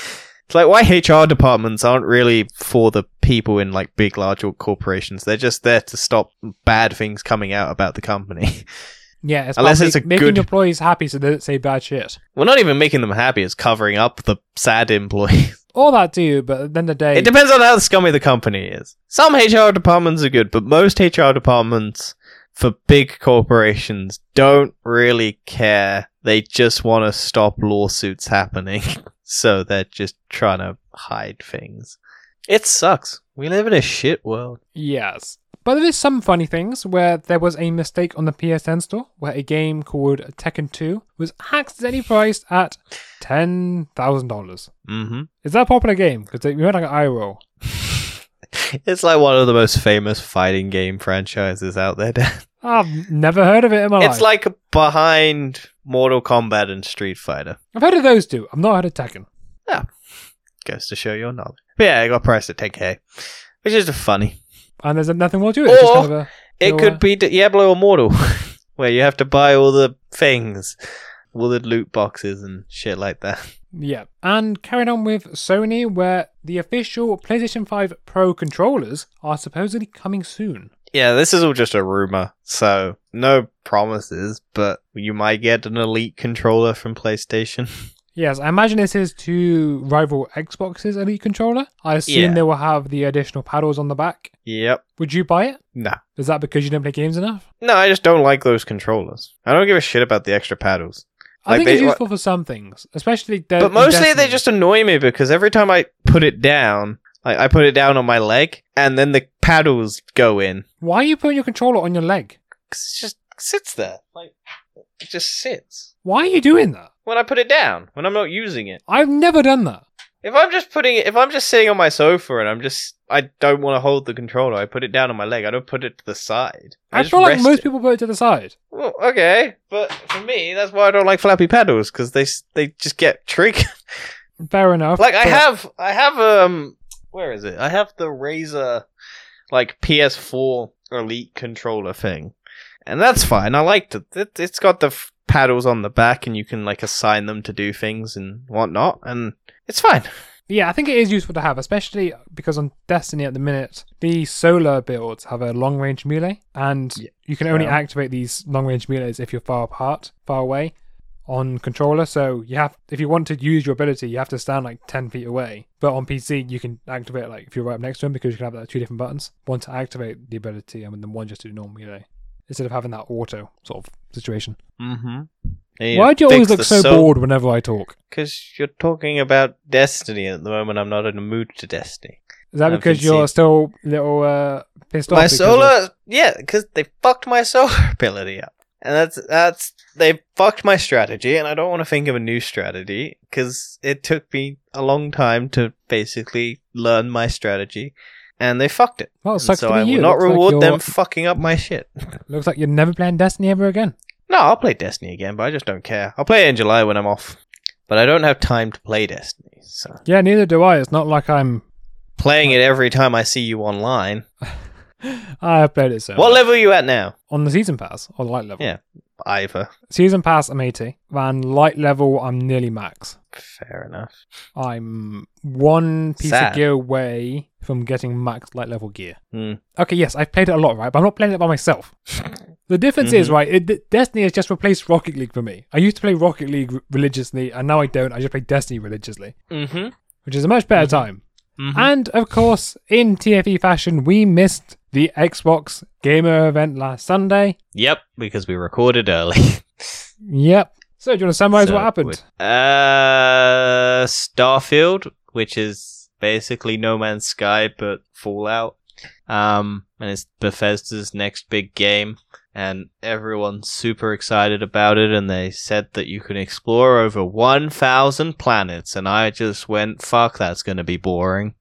It's like why HR departments aren't really for the people in like big, large corporations. They're just there to stop bad things coming out about the company. Yeah, it's Unless about it's a making good- employees happy so they don't say bad shit. We're not even making them happy. It's covering up the sad employees. All that too, but at the end of the day, It depends on how scummy the company is. Some HR departments are good, but most HR departments for big corporations don't really care. They just want to stop lawsuits happening. So they're just trying to hide things. It sucks. We live in a shit world. Yes. But there is some funny things where there was a mistake on the PSN store where a game called Tekken 2 was accidentally priced at $10,000. Mm-hmm. Is that a popular game? Because we went like an eye roll. It's like one of the most famous fighting game franchises out there. Dan. I've never heard of it in my life. It's like behind Mortal Kombat and Street Fighter. I've heard of those two. I've not heard of Tekken. Goes to show your knowledge. But yeah, it got priced at 10k, which is funny. And there's nothing more to it. It's just Or kind of a, It Or- could be Diablo Immortal, where you have to buy all the things, all the loot boxes and shit like that. yeah. And carried on with Sony, where the official PlayStation 5 Pro controllers are supposedly coming soon. Yeah, this is all just a rumor, so no promises, but you might get an elite controller from PlayStation. Yes, I imagine this is to rival Xbox's Elite controller. I assume Yeah. they will have the additional paddles on the back. yep. Would you buy it? No. Is that because you don't play games enough? No, I just don't like those controllers. I don't give a shit about the extra paddles. I Like, think they- it's useful for some things, especially. De- but in mostly they Destiny. just annoy me because every time I put it down, like I put it down on my leg, and then the paddles go in. Why are you putting your controller on your leg? 'Cause it just sits there, like it just sits. Why are you doing that? When I put it down, when I'm not using it, I've never done that. if I'm just putting it, if I'm just sitting on my sofa and I'm just, I don't want to hold the controller. I put it down on my leg. I don't put it to the side. I, just feel like rest most it. people put it to the side. Well, okay, but for me, that's why I don't like flappy paddles because they s- they just get tricky. Fair enough. like I but- have I have um where is it? I have the Razer like PS4 Elite controller thing. And that's fine. I liked it. it it's got the f- paddles on the back and you can like assign them to do things and whatnot and it's fine. Yeah, I think it is useful to have, especially because on Destiny at the minute, the solar builds have a long range melee, and Yeah. you can only Yeah. activate these long range melees if you're far apart, far away on controller. So you have, if you want to use your ability, you have to stand like 10 feet away. But on PC, you can activate it, like if you're right up next to him because you can have like, two different buttons one to activate the ability and then one just to do normal melee instead of having that auto sort of situation. Mhm. Why do you always look so bored whenever I talk? Cuz you're talking about Destiny at the moment. I'm not in a mood to Destiny. Is that I've because been you're seeing- still little uh, pissed off? my because of- solar yeah because they fucked my solar ability up and that's that's they fucked my strategy and i don't want to think of a new strategy because it took me a long time to basically learn my strategy and they fucked it Well, it And sucks so to be i you. will not Looks like reward them you're- fucking up my shit Looks like you're never playing Destiny ever again. no i'll play destiny again but i just don't care i'll play it in july when i'm off but i don't have time to play destiny so Yeah, neither do I. It's not like I'm. playing it every time i see you online I have played it so. what level are you at now on the season pass or light level? Yeah. either Season pass, I'm 80. And light level, I'm nearly max. fair enough I'm one piece Sad. of gear away from getting max light level gear. Hmm. Okay, yes, I've played it a lot, right? But I'm not playing it by myself. The difference Mm-hmm. is, right, it, Destiny has just replaced Rocket League for me. I used to play Rocket League r- religiously, and now I don't. I just play Destiny religiously, mm-hmm, which is a much better time. mm-hmm. And of course, in TFE fashion, we missed the Xbox Gamer event last Sunday. Yep, because we recorded early. Yep. So, do you want to summarize So, what happened? with- Uh, Starfield, which is basically No Man's Sky but Fallout. Um, and it's Bethesda's next big game, and everyone's super excited about it. And they said that you can explore over 1,000 planets, and I just went, fuck, that's gonna be boring.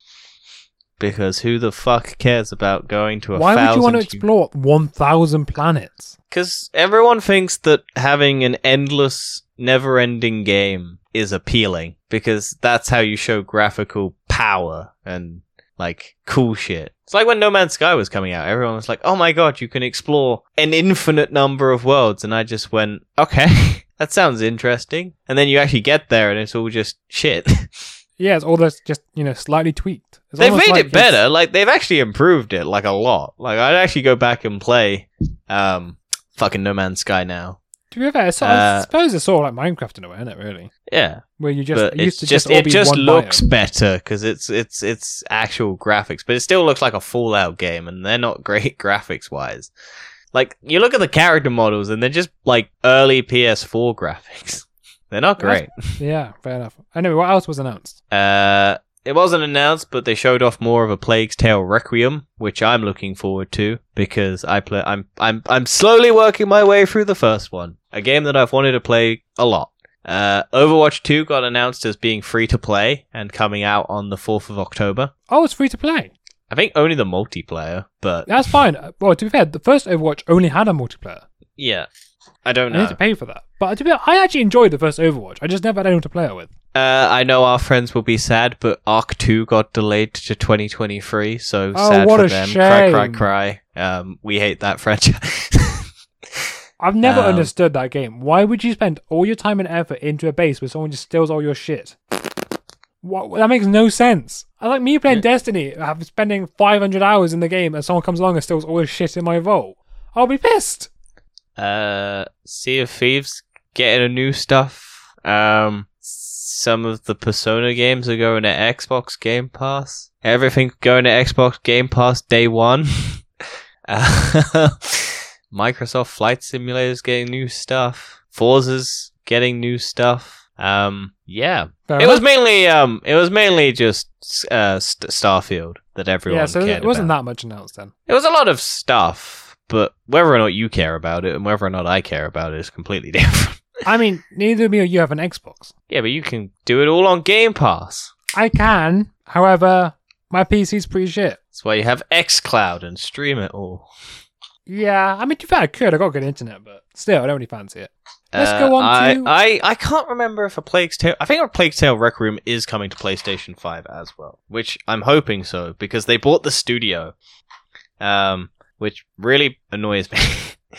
Because who the fuck cares about going to a Why would you want to thousand explore 1,000 planets? Because everyone thinks that having an endless, never ending game is appealing, because that's how you show graphical power and, like, cool shit. It's like when No Man's Sky was coming out, everyone was like, oh my god, you can explore an infinite number of worlds. And I just went, okay, that sounds interesting. And then you actually get there and it's all just shit. Yeah, it's all that's just, you know, slightly tweaked. It's they've almost made like it better. Like they've actually improved it like a lot. Like I'd actually go back and play um fucking No Man's Sky now. it's- To be fair, it's, I Uh, suppose it's sort of like Minecraft in a way, isn't it, really? Yeah, Where you just, but it used it's to just, just, all it be just one looks biome. better because it's it's it's actual graphics, but it still looks like a Fallout game, and they're not great graphics wise. Like you look at the character models, and they're just like early PS4 graphics. They're not great. Yeah, fair enough. Anyway, what else was announced? Uh, it wasn't announced, but they showed off more of a Plague's Tale Requiem, which I'm looking forward to because I play. I'm I'm I'm slowly working my way through the first one, a game that I've wanted to play a lot. Uh, Overwatch 2 got announced as being free to play and coming out on the 4th of October. Oh, it's free to play. I think only the multiplayer, but That's fine. Uh, Well, to be fair, the first Overwatch only had a multiplayer. yeah, I don't I need know. to pay for that. But to be fair, I actually enjoyed the first Overwatch. I just never had anyone to play it with. Uh, I know our friends will be sad, but Arc 2 got delayed to 2023, so Oh, sad what for a them. Cry, shame. cry, cry. Um, we hate that franchise. I've never Um, understood that game. Why would you spend all your time and effort into a base where someone just steals all your shit? What, that makes no sense. I like me playing Destiny. I'm spending 500 hours in the game, and someone comes along and steals all the shit in my vault. I'll be pissed. uh, Sea of Thieves getting a new stuff. Um, some of the Persona games are going to Xbox Game Pass. Everything going to Xbox Game Pass day one. uh, Microsoft Flight Simulator's getting new stuff. Forza's getting new stuff. Um, yeah, Fair it was enough. mainly um, it was mainly just uh, St- Starfield that everyone yeah. So cared it wasn't about. that much announced then. It was a lot of stuff, but whether or not you care about it and whether or not I care about it is completely different. I mean, neither of me or you have an Xbox. yeah, but you can do it all on Game Pass. I can, however, my PC's pretty shit. That's why you have xCloud and stream it all. Yeah, I mean, to be fair, I could. I got good internet, but still, I don't really fancy it. Let's Uh, go on I, to- I, I can't remember if a Plague's Tale. I think a Plague's Tale Requiem is coming to PlayStation 5 as well, which I'm hoping so because they bought the studio, um, which really annoys me.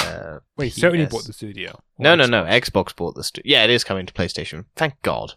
uh, Wait, certainly PS. bought the studio. No, Or no, Xbox. no. Xbox bought this. Stu- yeah, it is coming to PlayStation. Thank God.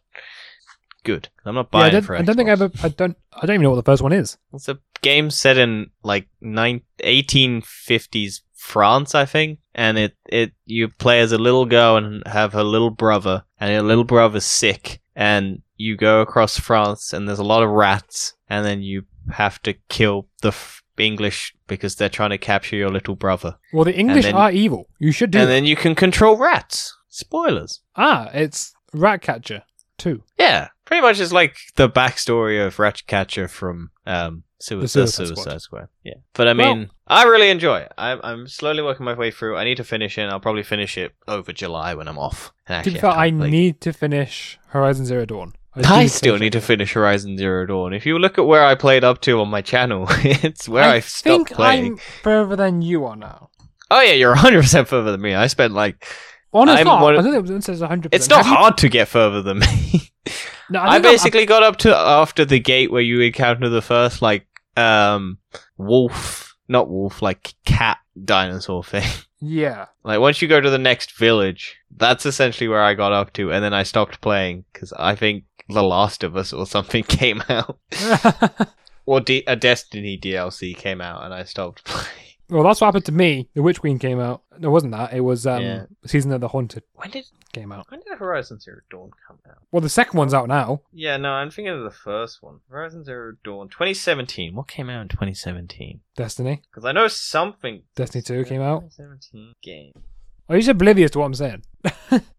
Good. I'm not Yeah, I buying it don't, for I don't think I Xbox. ever. I don't. I don't even know what the first one is. It's a game set in like nine, 1850s France, I think, and it it you play as a little girl and have her little brother, and your little brother's sick, and you go across France, and there's a lot of rats, and then you have to kill the f- English because they're trying to capture your little brother, Well, the English then- are evil. You should do. and then you can control rats. Spoilers. ah, it's Ratcatcher Two. Yeah, pretty much it's like the backstory of Ratcatcher from um, Sui- The the Suicide Suicide, Squad. Squad. Yeah, but I Well- mean, I really enjoy it. I'm, I'm slowly working my way through. I need to finish it. and I'll probably finish it over July when I'm off. To And actually be fair, have time I to play. need to finish Horizon Zero Dawn. do I still finish need to it. finish Horizon Zero Dawn. If you look at where I played up to on my channel, it's where I, I stopped think playing. I'm further than you are now. Oh yeah, you're 100 percent further than me. I spent like Oh no, it's I'm not. one I of- don't think it says 100. it's not hard to get further than me. No, I, think I'm- basically got up to after the gate where you encounter the first like um wolf, not wolf, like cat dinosaur thing. yeah. Like once you go to the next village, that's essentially where I got up to, and then I stopped playing because I think The Last of Us or something came out, or D- a Destiny DLC came out, and I stopped playing. Well, that's what happened to me. The Witch Queen came out. No, it wasn't that. It was um, Yeah. Season of the Haunted When did came out. when did Horizon Zero Dawn come out? Well, the second one's out now. Yeah, no, I'm thinking of the first one. Horizon Zero Dawn, 2017. What came out in 2017? Destiny. Because I know something. Destiny 2 came out. 2017 game. Are you just oblivious to what I'm saying?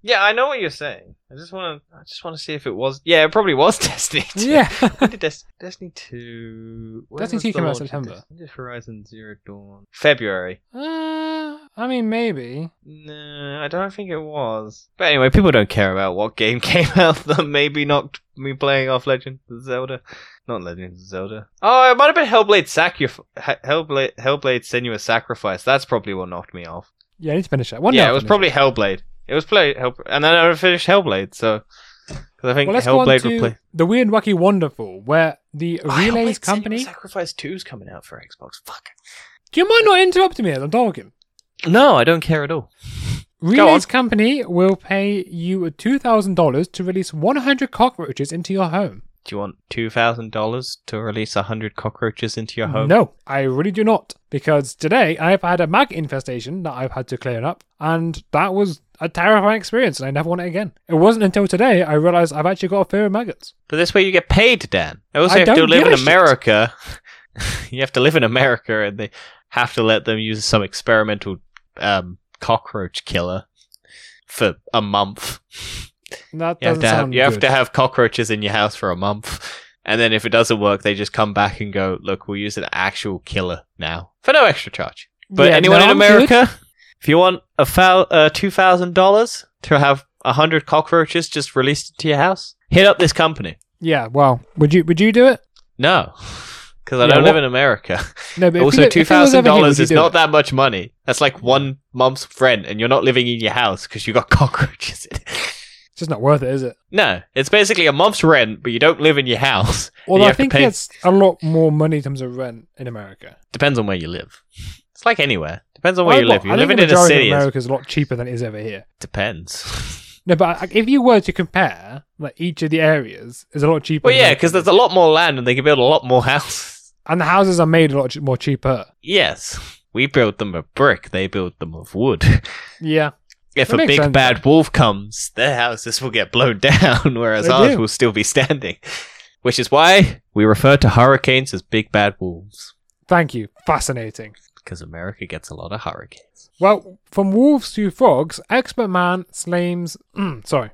Yeah, I know what you're saying. I just want to. I just want to see if it was. Yeah, it probably was Destiny. 2. yeah. When did Des- Destiny two? when Destiny was 2 the came out launch of September. Destiny? When did Horizon Zero Dawn. February. uh, I mean, maybe. No, I don't think it was. But anyway, people don't care about what game came out that maybe knocked me playing off Legend of Zelda. Not Legend of Zelda. Oh, it might have been Hellblade Sacrifice. Hellblade, Hellblade Senua's Sacrifice. That's probably what knocked me off. Yeah, I need to finish that. One day yeah, I'll it was finish probably Hellblade. It was play Hell, and then I finished Hellblade. So, because I think Well, let's go on Hellblade to replaced. the weird, wacky, wonderful, where the Oh, relays company. Sacrifice Two's coming out for Xbox. Fuck. Do you mind not interrupting me as I'm talking? No, I don't care at all. Relays company will pay you two thousand dollars to release one hundred cockroaches into your home. Do you want two thousand dollars to release hundred cockroaches into your home? No, I really do not. Because today I've had a mag infestation that I've had to clean up, and that was a terrifying experience, and I never want it again. It wasn't until today I realized I've actually got a fear of maggots. But this way you get paid, Dan. I also I have to don't live give in a shit. America. you have to live in America, and they have to let them use some experimental um, cockroach killer for a month. That You have doesn't to have, sound you good. have to have cockroaches in your house for a month, and then if it doesn't work, they just come back and go, "Look, we'll use an actual killer now for no extra charge." But Yeah, anyone no, in I'm good. America, if you want a fou- uh, two thousand dollars to have a hundred cockroaches just released into your house, hit up this company. Yeah, well, would you would you do it? No, because I Yeah, don't live what- in America. No, but if you also, li- if two you live thousand over here, would dollars you is do not it? that much money. That's like one month's rent, and you're not living in your house because you got cockroaches in it. It's just not worth it, is it? No, it's basically a month's rent, but you don't live in your house. and Although you I have to think pay- it's a lot more money in terms of rent in America. depends on where you live. It's like anywhere. Depends on where I- you well, live. I You're think living the in a majority city. of it's- America is a lot cheaper than it is over here. Depends. No, but like, if you were to compare, like each of the areas is a lot cheaper. well, than yeah, America. because there's a lot more land, and they can build a lot more houses. and the houses are made a lot ch- more cheaper. Yes, we build them of brick. They build them of wood. Yeah, If That a makes big sense. bad wolf comes, their houses will get blown down, whereas They ours do. will still be standing. Which is why we refer to hurricanes as big bad wolves, thank you. Fascinating. because America gets a lot of hurricanes. Well, from wolves to frogs, expert man slams. Mm, sorry.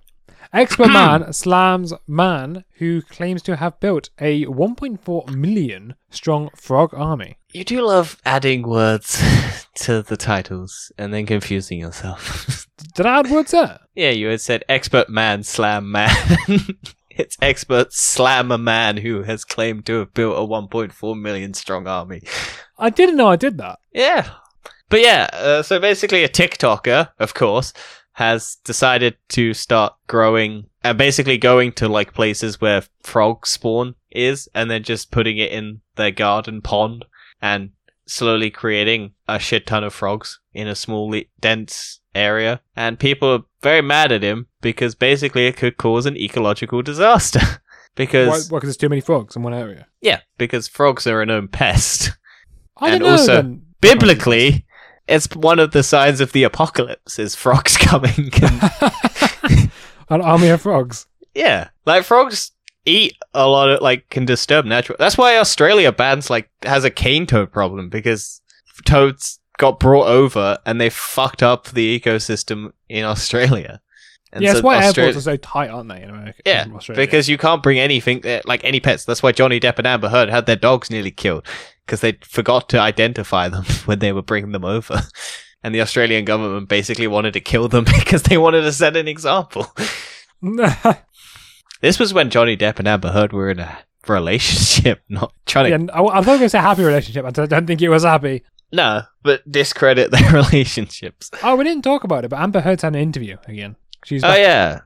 Expert man slams man who claims to have built a 1.4 million strong frog army. You do love adding words to the titles and then confusing yourself. Did I add words there? yeah, you had said expert man slam man. it's expert slam a man who has claimed to have built a 1.4 million strong army. I didn't know I did that. Yeah. But yeah, uh, so basically a TikToker, of course, has decided to start growing and basically going to like places where frog spawn is and then just putting it in their garden pond and slowly creating a shit ton of frogs in a small le- dense area and people are very mad at him because basically it could cause an ecological disaster Why? because Because there's too many frogs in one area. yeah because frogs are a known pest I And don't know. also, then. biblically, it's one of the signs of the apocalypse is frogs coming. And, an army of frogs. yeah, like frogs eat a lot of like can disturb natural. That's why Australia bans like has a cane toad problem because toads got brought over and they fucked up the ecosystem in Australia. And yeah, that's so why Austra- airports are so tight, aren't they, in America? Yeah, in Australia? because you can't bring anything there, like any pets. That's why Johnny Depp and Amber Heard had their dogs nearly killed because they forgot to identify them when they were bringing them over. And the Australian government basically wanted to kill them because they wanted to set an example. This was when Johnny Depp and Amber Heard were in a relationship, not trying yeah, to I, I was going to say happy relationship. I don't think it was happy. no, but discredit their relationships. Oh, we didn't talk about it, but Amber Heard's had an interview again. She's Oh back. yeah.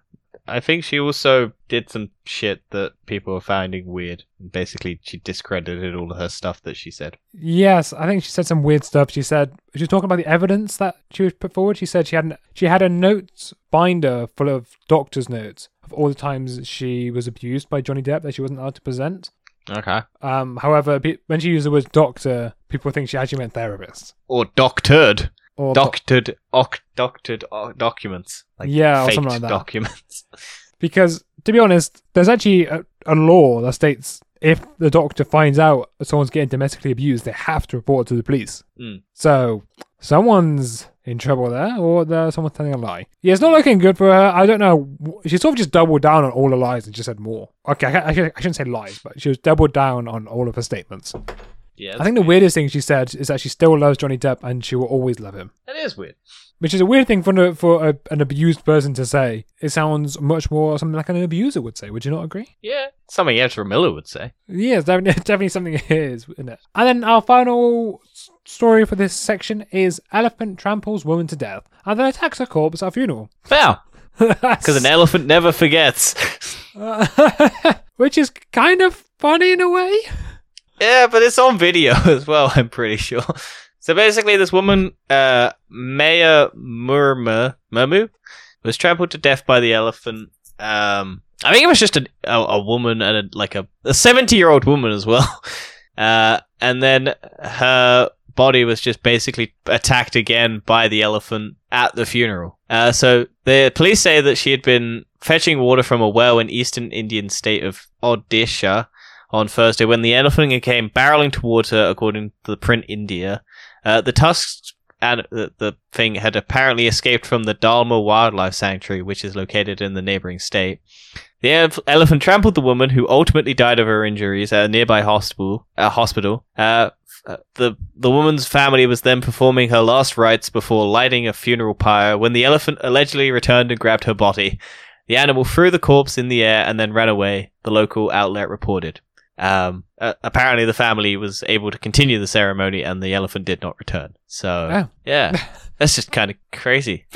I think she also did some shit that people were finding weird. Basically, she discredited all of her stuff that she said. Yes, I think she said some weird stuff. She said she was talking about the evidence that she was put forward. She said she had an, she had a notes binder full of doctor's notes of all the times she was abused by Johnny Depp that she wasn't allowed to present. Okay. Um, however, pe- when she used the word doctor, people think she actually meant therapist or doctored, or doctored, oc, doctored o- documents, like Yeah, or faked something like that. documents. because to be honest, there's actually a, a law that states if the doctor finds out that someone's getting domestically abused, they have to report to the police. Mm. So someone's in trouble there, or there, someone's telling a lie. Yeah, it's not looking good for her. I don't know. She sort of just doubled down on all her lies and just said more. Okay, I, I, shouldn't- I shouldn't say lies, but she was doubled down on all of her statements. yeah, I think the weirdest thing she said is that she still loves Johnny Depp and she will always love him that is weird. which is a weird thing for, an- for a, an abused person to say. It sounds much more something like an abuser would say. Would you not agree? Yeah, something Ezra Miller would say. Yeah, it's definitely, definitely something it is, isn't it? And then our final s- story for this section is elephant tramples woman to death and then attacks her corpse at a funeral. Wow, because an elephant never forgets. which is kind of funny in a way. yeah, but it's on video as well. I'm pretty sure. So basically, this woman, uh, Maya Murma Mamu, was trampled to death by the elephant. Um, I think it was just a a, a woman and a, like a a seventy year old woman as well. Uh, and then her body was just basically attacked again by the elephant at the funeral. Uh, so the police say that she had been fetching water from a well in eastern Indian state of Odisha on Thursday when the elephant came barreling towards her, according to the print India. Uh, the tusks ad- the, the thing had apparently escaped from the Dalma Wildlife Sanctuary, which is located in the neighboring state. The elef- elephant trampled the woman, who ultimately died of her injuries at a nearby hospital. Uh, hospital. Uh, f- uh, the the woman's family was then performing her last rites before lighting a funeral pyre when the elephant allegedly returned and grabbed her body. The animal threw the corpse in the air and then ran away. The local outlet reported. Um, uh, apparently, the family was able to continue the ceremony, and the elephant did not return. So, Oh. yeah, that's just kind of crazy.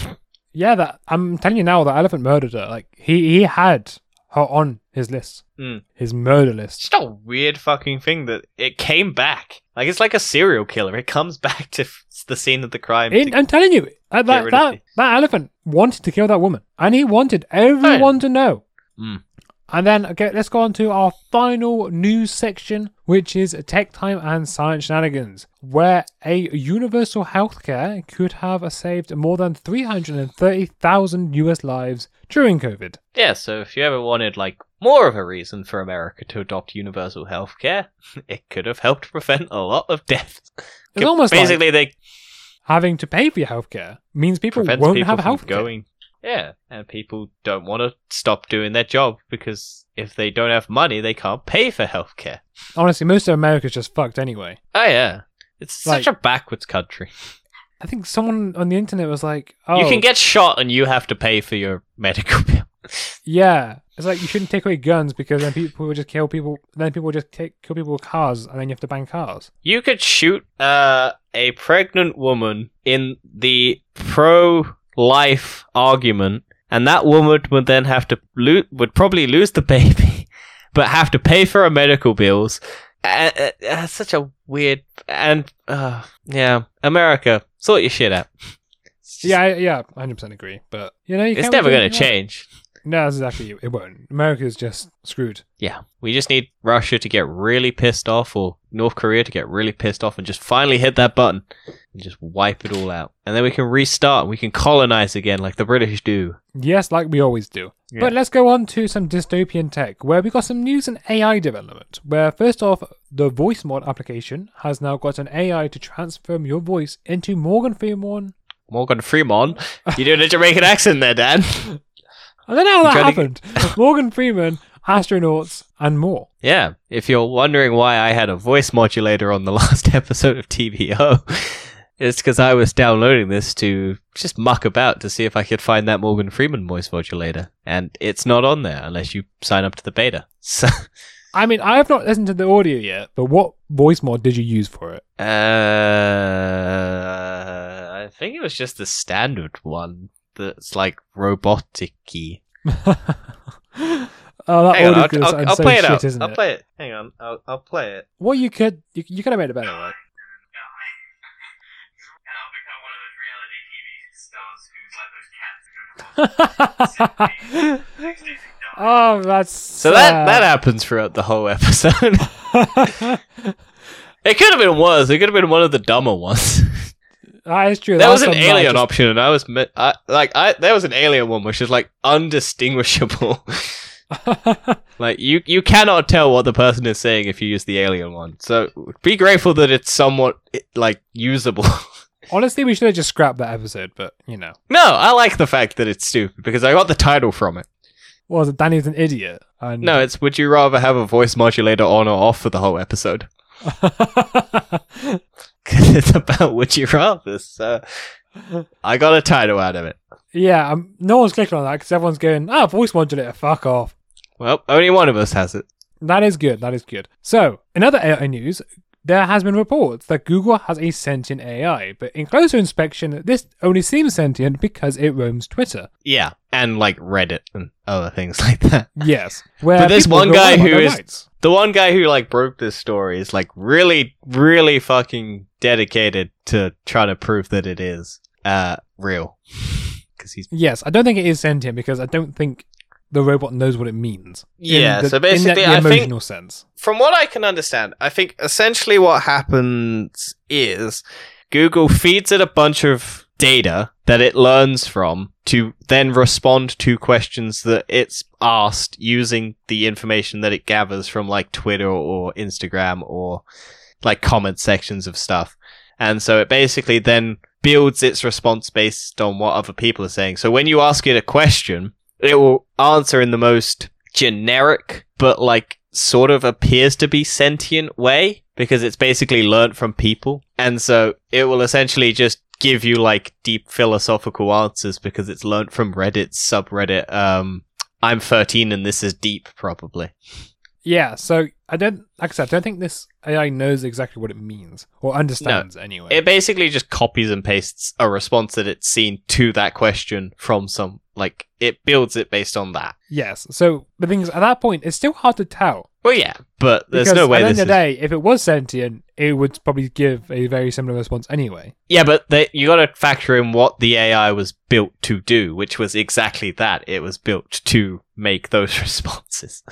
Yeah, that I'm telling you now, that elephant murdered her. Like he he had her on his list, Mm. his murder list. It's just a weird fucking thing that it came back. Like it's like a serial killer. It comes back to f- the scene of the crime. It- to- I'm telling you, that get that, rid of that, it. that elephant wanted to kill that woman, and he wanted Oh. everyone to know. Mm. And then okay, let's go on to our final news section, which is tech time and science shenanigans, where a universal healthcare could have saved more than 330,000 US lives during COVID. yeah. So if you ever wanted like more of a reason for America to adopt universal health care, it could have helped prevent a lot of deaths. It's almost like- basically they Having to pay for your healthcare means people prevent won't people have from healthcare. going. Yeah, and people don't want to stop doing their job because if they don't have money, they can't pay for healthcare. Honestly, most of America's just fucked anyway. Oh yeah, it's such Like- a backwards country. I think someone on the internet was like, "Oh, You can get shot and you have to pay for your medical bill. yeah." It's like you shouldn't take away guns because then people will just kill people. Then people will just take, kill people with cars, and then you have to ban cars. You could shoot uh, a pregnant woman in the pro life argument, and that woman would then have to lo- would probably lose the baby, but have to pay for her medical bills. Uh, uh, uh, such a weird and uh, yeah, America, sort your shit out. It's just- Yeah, I- yeah, hundred percent agree. But you know, you it's can't never really going to do change. anything. No, that's exactly it. It won't. America's just screwed. Yeah, we just need Russia to get really pissed off, or North Korea to get really pissed off, and just finally hit that button and just wipe it all out, and then we can restart and we can colonize again like the British do. Yes, like we always do. Yeah. But let's go on to some dystopian tech, where we got some news in AI development. Where first off, the voice mod application has now got an AI to transform your voice into Morgan Freeman. Morgan Freeman, you doing a Jamaican accent there, Dan? I don't know how that I'm trying happened. Morgan Freeman, astronauts, and more. Yeah. If you're wondering why I had a voice modulator on the last episode of TBO, it's because I was downloading this to just muck about to see if I could find that Morgan Freeman voice modulator, and it's not on there unless you sign up to the beta. So. I mean, I have not listened to the audio yet, but what voice mod did you use for it? Uh, I think it was just the standard one that's like robotic-y. oh, that Hang on, audio I'll, does I'll- sound I'll so play it shit, out. isn't I'll it? play it. Hang on, I'll, I'll play it. Well, you could you, you could have made it better, right? and I'll become one of those reality TV stars who's like those cats who go to oh, that's So that that happens throughout the whole episode. that it could have been worse. It could have been one of the dumber ones. that is true. there That was an something I alien just- option, and I was mi- I, like, I there was an alien one which is like undistinguishable. Like you, you cannot tell what the person is saying if you use the alien one. So be grateful that it's somewhat i- like usable. Honestly, we should have just scrapped that episode, but you know, no, I like the fact that it's stupid because I got the title from it. what was it Danny's an idiot? And No, it's would you rather have a voice modulator on or off for the whole episode? Because it's about would you rather. So I got a title out of it. yeah, um, no one's clicking on that because everyone's going, "Ah, voice modulator, fuck off." Well, only one of us has it. That is good. That is good. So, in other AI news, there has been reports that Google has a sentient AI, but in closer inspection, this only seems sentient because it roams Twitter. Yeah, and like Reddit and other things like that. Yes, where But there's people one go on guy about who their is- rights. the one guy who like broke this story is like really really fucking dedicated to try to prove that it is uh real because he's Yes, I don't think it is sentient because I don't think the robot knows what it means. in yeah the- so in that- basically the i think emotional sense. from what i can understand i think essentially what happens is google feeds it a bunch of data that it learns from to then respond to questions that it's asked using the information that it gathers from like twitter or instagram or like comment sections of stuff. And so it basically then builds its response based on what other people are saying. So when you ask it a question, it will answer in the most generic, but like sort of appears to be sentient way because it's basically learnt from people. And so it will essentially just give you like deep philosophical answers because it's learnt from Reddit's subreddit. Um, I'm 13 and this is deep, probably. Yeah, so I don't, like I said, I don't think this AI knows exactly what it means or understands anyway. It basically just copies and pastes a response that it's seen to that question from some, like, it builds it based on that. yes, so the thing is, at that point, it's still hard to tell. Well, yeah, but there's because no way at the this end of is- the day, if it was sentient, it would probably give a very similar response anyway. Yeah, but they, you got to factor in what the AI was built to do, which was exactly that. It was built to make those responses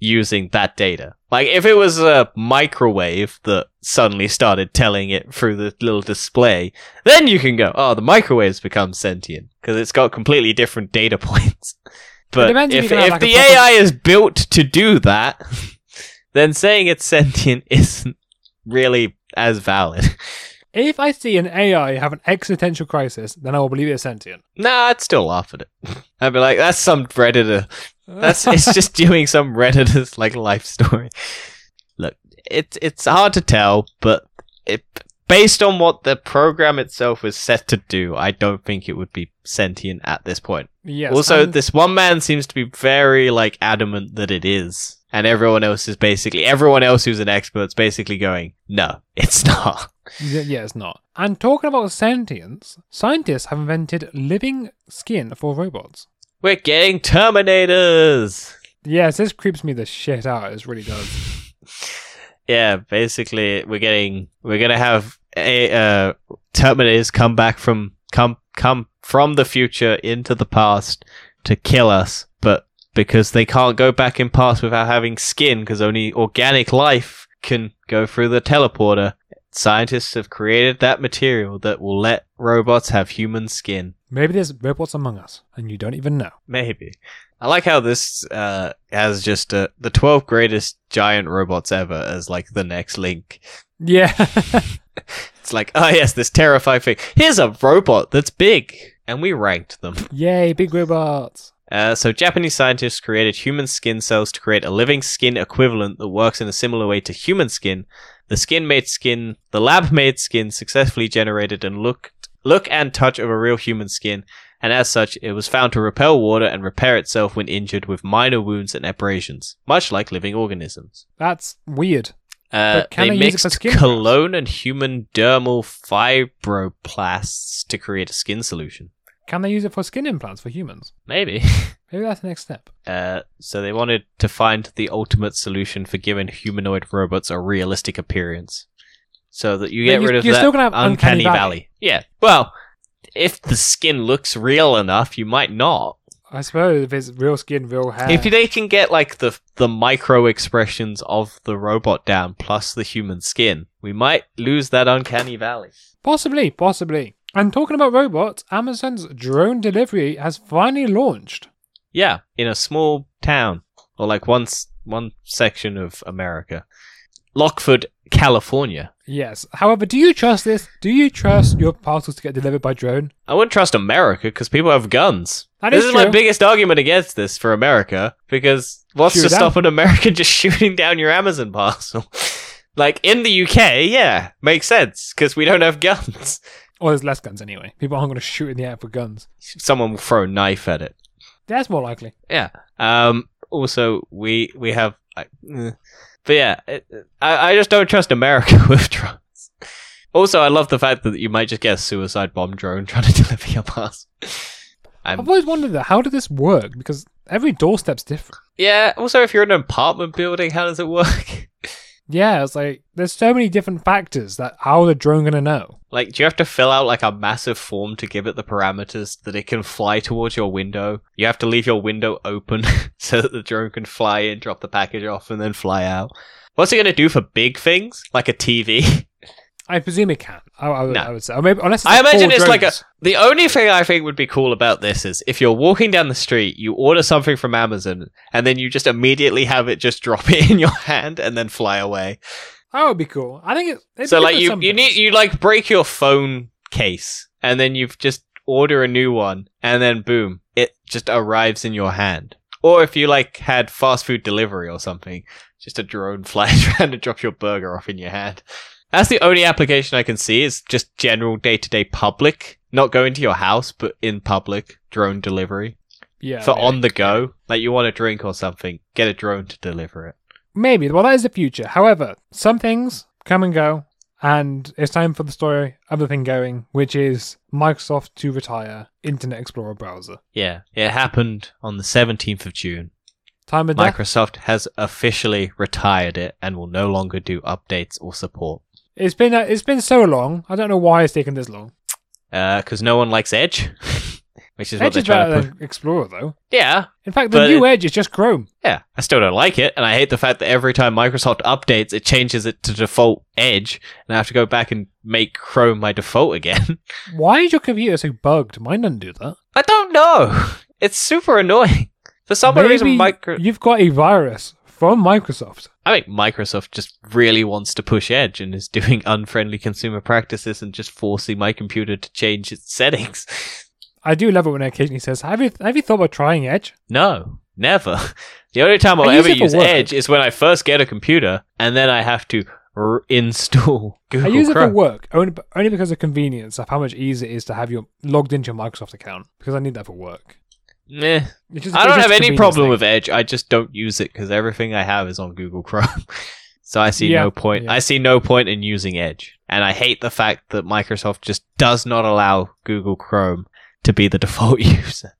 using that data. Like, if it was a microwave that suddenly started telling it through the little display, then you can go, oh, the microwave's become sentient because it's got completely different data points. But depends if if, you if, can have, like, a the proper- AI is built to do that, then saying it's sentient isn't really as valid. If I see an AI have an existential crisis, then I will believe it's sentient. Nah, I'd still laugh at it. I'd be like, that's some Redditor. That's it's just doing some Redditor's like life story. Look, it's it's hard to tell, but it based on what the program itself was set to do, I don't think it would be sentient at this point. yes. also, and- this one man seems to be very like adamant that it is. And everyone else is basically everyone else who's an expert's basically going, No, it's not. Yeah, yeah, it's not. And talking about sentience, scientists have invented living skin for robots. We're getting Terminators. Yes, this creeps me the shit out. It really does. yeah, basically we're getting we're gonna have a uh, Terminators come back from come come from the future into the past to kill us, but because they can't go back in past without having skin, because only organic life can go through the teleporter. Scientists have created that material that will let robots have human skin. Maybe there's robots among us, and you don't even know. Maybe. I like how this uh, has just uh, the 12 greatest giant robots ever as like the next link. Yeah. It's like, oh yes, this terrifying thing. Here's a robot that's big, and we ranked them. Yay, big robots. Uh, so Japanese scientists created human skin cells to create a living skin equivalent that works in a similar way to human skin. The skin made skin, the lab made skin, successfully generated and looked look and touch of a real human skin, and as such, it was found to repel water and repair itself when injured with minor wounds and abrasions, much like living organisms. That's weird. Uh, But can they I use it mixed for skin cologne and human dermal fibroplasts to create a skin solution. Can they use it for skin implants for humans? Maybe. Maybe that's the next step. Uh, so they wanted to find the ultimate solution for giving humanoid robots a realistic appearance, so that you But get you- rid of you're that still gonna have Uncanny uncanny valley. Valley. Yeah. Well, if the skin looks real enough, you might not. I suppose if it's real skin, real hair. if they can get like the the micro expressions of the robot down, plus the human skin, we might lose that uncanny valley. Possibly, possibly. And talking about robots, Amazon's drone delivery has finally launched. Yeah, in a small town or like one s- one section of America, Lockford, California. Yes. However, do you trust this? Do you trust your parcels to get delivered by drone? I wouldn't trust America because people have guns. That this is is, my true. biggest argument against this for America because what's Shoot to it down. stop an American just shooting down your Amazon parcel? like in the UK, yeah, makes sense because we don't have guns. Or there's less guns anyway. People aren't going to shoot in the air for guns. Someone will throw a knife at it. That's more likely. Um, also, we we have, I eh. but yeah, it, I I just don't trust America with drones. Also, I love the fact that you might just get a suicide bomb drone trying to deliver your parcel. I'm- I've always wondered that. How did this work? Because every doorstep's different. Yeah. Also, if you're in an apartment building, how does it work? Yeah, it's like there's so many different factors that how the drone going to know? like, do you have to fill out like a massive form to give it the parameters that it can fly towards your window? You have to leave your window open so that the drone can fly in, drop the package off, and then fly out. What's it going to do for big things like a TV? I presume it can. I, I, would, No. I would say. Or maybe, unless it's I like imagine four it's like a. drones. The only thing I think would be cool about this is if you're walking down the street, you order something from Amazon, and then you just immediately have it just drop it in your hand and then fly away. That would be cool. I think it. it'd so be like good you, sometimes. you need you like break your phone case and then you've just order a new one, and then boom, it just arrives in your hand. Or if you like had fast food delivery or something, just a drone flies around and drops your burger off in your hand. That's the only application I can see is just general day to day public, not going to your house, but in public drone delivery Yeah. for maybe. on the go. Like you want a drink or something, get a drone to deliver it. Maybe. Well, that is the future. However, some things come and go, and it's time for the story of the thing going, which is Microsoft to retire Internet Explorer browser. Yeah, it happened on the 17th of June. Time of death Microsoft has officially retired it and will no longer do updates or support. It's been uh, it's been so long. I don't know why it's taken this long. Because Uh, no one likes Edge, which is what Edge they're is trying better to put. than Explorer though. Yeah, In fact, the But new Edge is just Chrome. yeah. I still don't like it, and I hate the fact that every time Microsoft updates, it changes it to default Edge, and I have to go back and make Chrome my default again. Why is your computer so bugged? Mine doesn't do that. I don't know. It's super annoying. For some Maybe reason, Micro. you've got a virus from Microsoft. I think Microsoft just really wants to push Edge and is doing unfriendly consumer practices and just forcing my computer to change its settings. I do love it when it occasionally says, "Have you have you thought about trying Edge?" No, never. The only time I'll I use ever it for use work. Edge is when I first get a computer and then I have to r- install I Google use it Chrome. for work only only because of convenience of how much easier it is to have your logged into your Microsoft account because I need that for work. Meh. It's just- I it's don't just a have any convenience problem thing. with Edge. I just don't use it because everything I have is on Google Chrome. so I see Yeah, no point. yeah. I see no point in using Edge, and I hate the fact that Microsoft just does not allow Google Chrome to be the default user.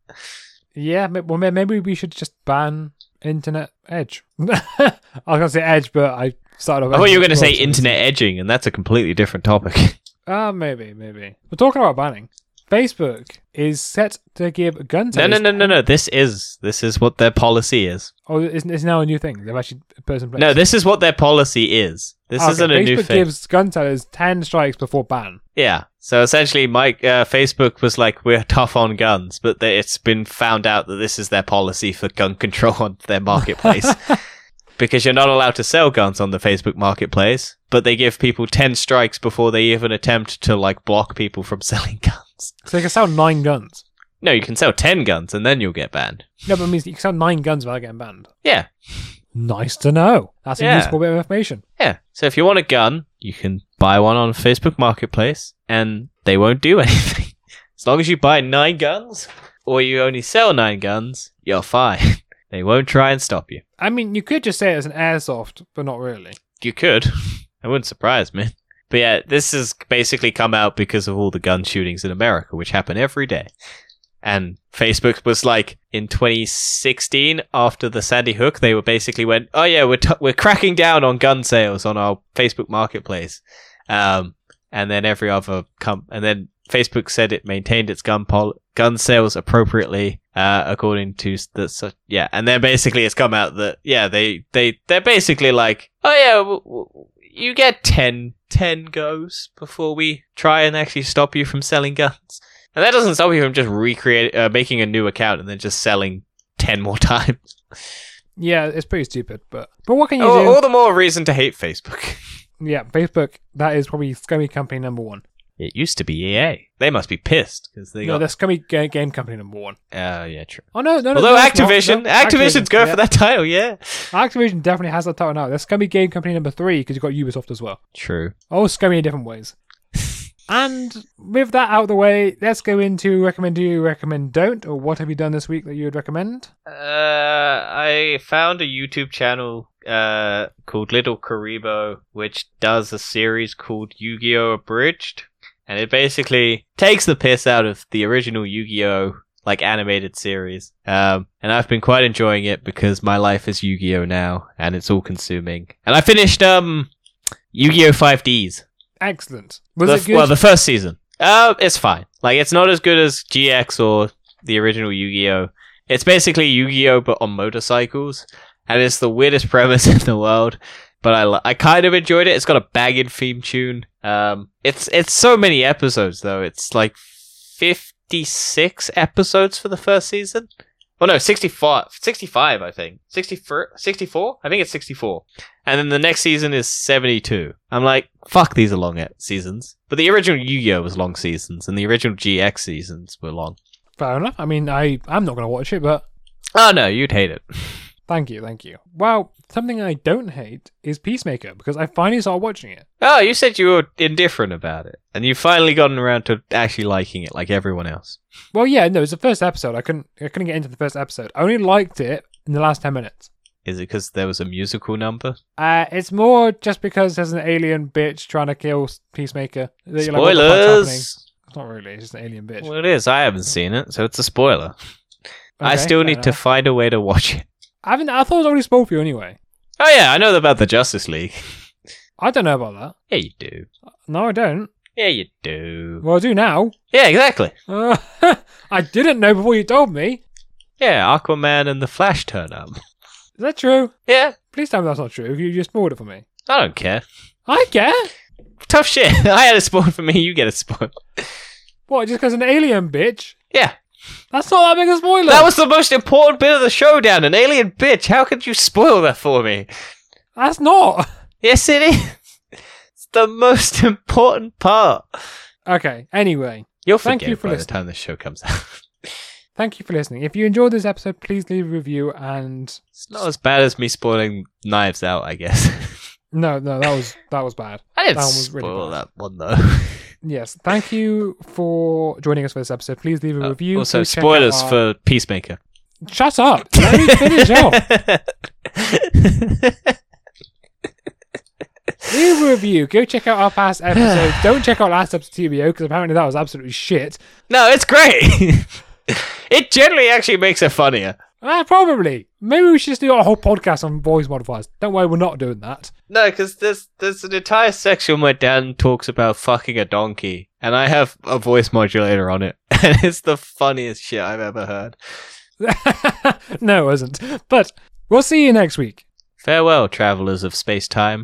Yeah, ma- well, ma- maybe we should just ban Internet Edge. I was gonna say Edge, but I started. off I thought you were going to Edge say Explorer, so it's- internet edging, and that's a completely different topic. Ah, maybe, maybe. We're talking about banning. Facebook is set to give gun no, taste. no, no, no, no. This is this is what their policy is. Oh, it's, it's now a new thing. They've actually put this in place. No, this is what their policy is. This Ah, okay. isn't a Facebook new thing. gives gun sellers 10 strikes before ban. Yeah. So essentially, Mike, uh, Facebook was like, "We're tough on guns," but they, it's been found out that this is their policy for gun control on their marketplace, because you're not allowed to sell guns on the Facebook marketplace. But they give people ten strikes before they even attempt to like block people from selling guns. So they can sell nine guns. No, you can sell ten guns and then you'll get banned. No, but it means you can sell nine guns without getting banned. Yeah, Nice to know. That's a Yeah. useful bit of information. yeah. So if you want a gun, you can buy one on Facebook marketplace, and they won't do anything as long as you buy nine guns or you only sell nine guns. You're fine. They won't try and stop you. I mean, you could just say it's an airsoft, but not really. You could. It wouldn't surprise me. But yeah, this has basically come out because of all the gun shootings in America, which happen every day. And Facebook was like, in 2016, after the Sandy Hook, they were basically went, oh yeah, we're, t- we're cracking down on gun sales on our Facebook marketplace. Um, and then every other com- and then Facebook said it maintained its gun pol- gun sales appropriately, uh, according to s- the su- yeah. And then basically it's come out that yeah they they they're basically like oh yeah w- w- you get 10, 10 goes before we try and actually stop you from selling guns, and that doesn't stop you from just recreate uh, making a new account and then just selling ten more times. Yeah, it's pretty stupid, but but what can you All, do? all the more reason to hate Facebook. Yeah, Facebook. That is probably scummy company number one. It used to be E EA. They must be pissed because they no, got. that's scummy ga- game company number one. Uh, yeah, true. Oh no, no, no. Although no, it's not. Activision, No, Activision's going for yeah. that title, yeah. Activision definitely has that title now. That's scummy game company number three because you've got Ubisoft as well. True. All scummy in different ways. and with that out of the way, let's go into recommend do you recommend don't or what have you done this week that you would recommend? Uh, I found a YouTube channel uh called Little Karibo, which does a series called Yu-Gi-Oh Abridged, and it basically takes the piss out of the original Yu-Gi-Oh like animated series. Um, and I've been quite enjoying it because my life is Yu-Gi-Oh now, and it's all consuming. And I finished um Yu-Gi-Oh 5Ds. Excellent. Was The it f- good? Well, the first season. Uh, it's fine. Like, it's not as good as GX or the original Yu Gi Oh! It's basically Yu Gi Oh! but on motorcycles, and it's the weirdest premise in the world. But I, li- I kind of enjoyed it. It's got a banging theme tune. Um, it's it's so many episodes though. It's like fifty six episodes for the first season. Oh no, 65, 65 I think. 64, 64? I think it's 64. And then the next season is 72. I'm like, Fuck, these are long e- seasons. But the original Yu-Gi-Oh was long seasons, and the original GX seasons were long. Fair enough. I mean, I I'm not gonna watch it, but Oh no, you'd hate it. thank you, thank you. Well, something I don't hate is Peacemaker because I finally started watching it. Oh, you said you were indifferent about it, and you've finally gotten around to actually liking it, like everyone else. Well, yeah, no, it's the first episode. I couldn't I couldn't get into the first episode. I only liked it in the last ten minutes. Is it because there was a musical number? Uh, it's more just because there's an alien bitch trying to kill Peacemaker. that you're like, what the fuck's happening? Spoilers. It's not really. It's just an alien bitch. well, it is. I haven't seen it, so it's a spoiler. I Okay, still fair need to enough. find a way to watch it. I haven't. I thought it was already spoiled for you anyway. Oh yeah, I know about the Justice League. I don't know about that. Yeah, you do. No, I don't. Yeah, you do. Well, I do now. Yeah, exactly. Uh, I didn't know before you told me. Yeah, Aquaman and the Flash turn up. Is that true? Yeah, Please tell me that's not true. If you just spoiled it for me, I don't care. I care. Tough shit. I had a spoil for me. You get a spoil. What? Just because an alien bitch? Yeah, That's not that big a spoiler. that was the most important bit of the showdown. An alien bitch. How could you spoil that for me? That's not. Yes, it is. It's the most important part. Okay. Anyway. You'll Thank forget you for by the listening. time the show comes out. Thank you for listening. If you enjoyed this episode, please leave a review and It's not as bad as me spoiling Knives Out, I guess. no, no, that was that was bad. I didn't That one was really spoil bad. that one though. Yes, thank you for joining us for this episode. Please leave a Uh, review. also, Please check out spoilers our- for Peacemaker. Shut up! Let me finish off. Leave a review. Go check out our past episodes. Don't check out last episode TBO because apparently that was absolutely shit. no, it's great. it generally actually makes it funnier. Ah, probably. Maybe we should just do a whole podcast on voice modifiers. Don't worry, we're not doing that. No, because there's there's an entire section where Dan talks about fucking a donkey, and I have a voice modulator on it, and it's the funniest shit I've ever heard. no, it isn't. But we'll see you next week. Farewell, travelers of space time.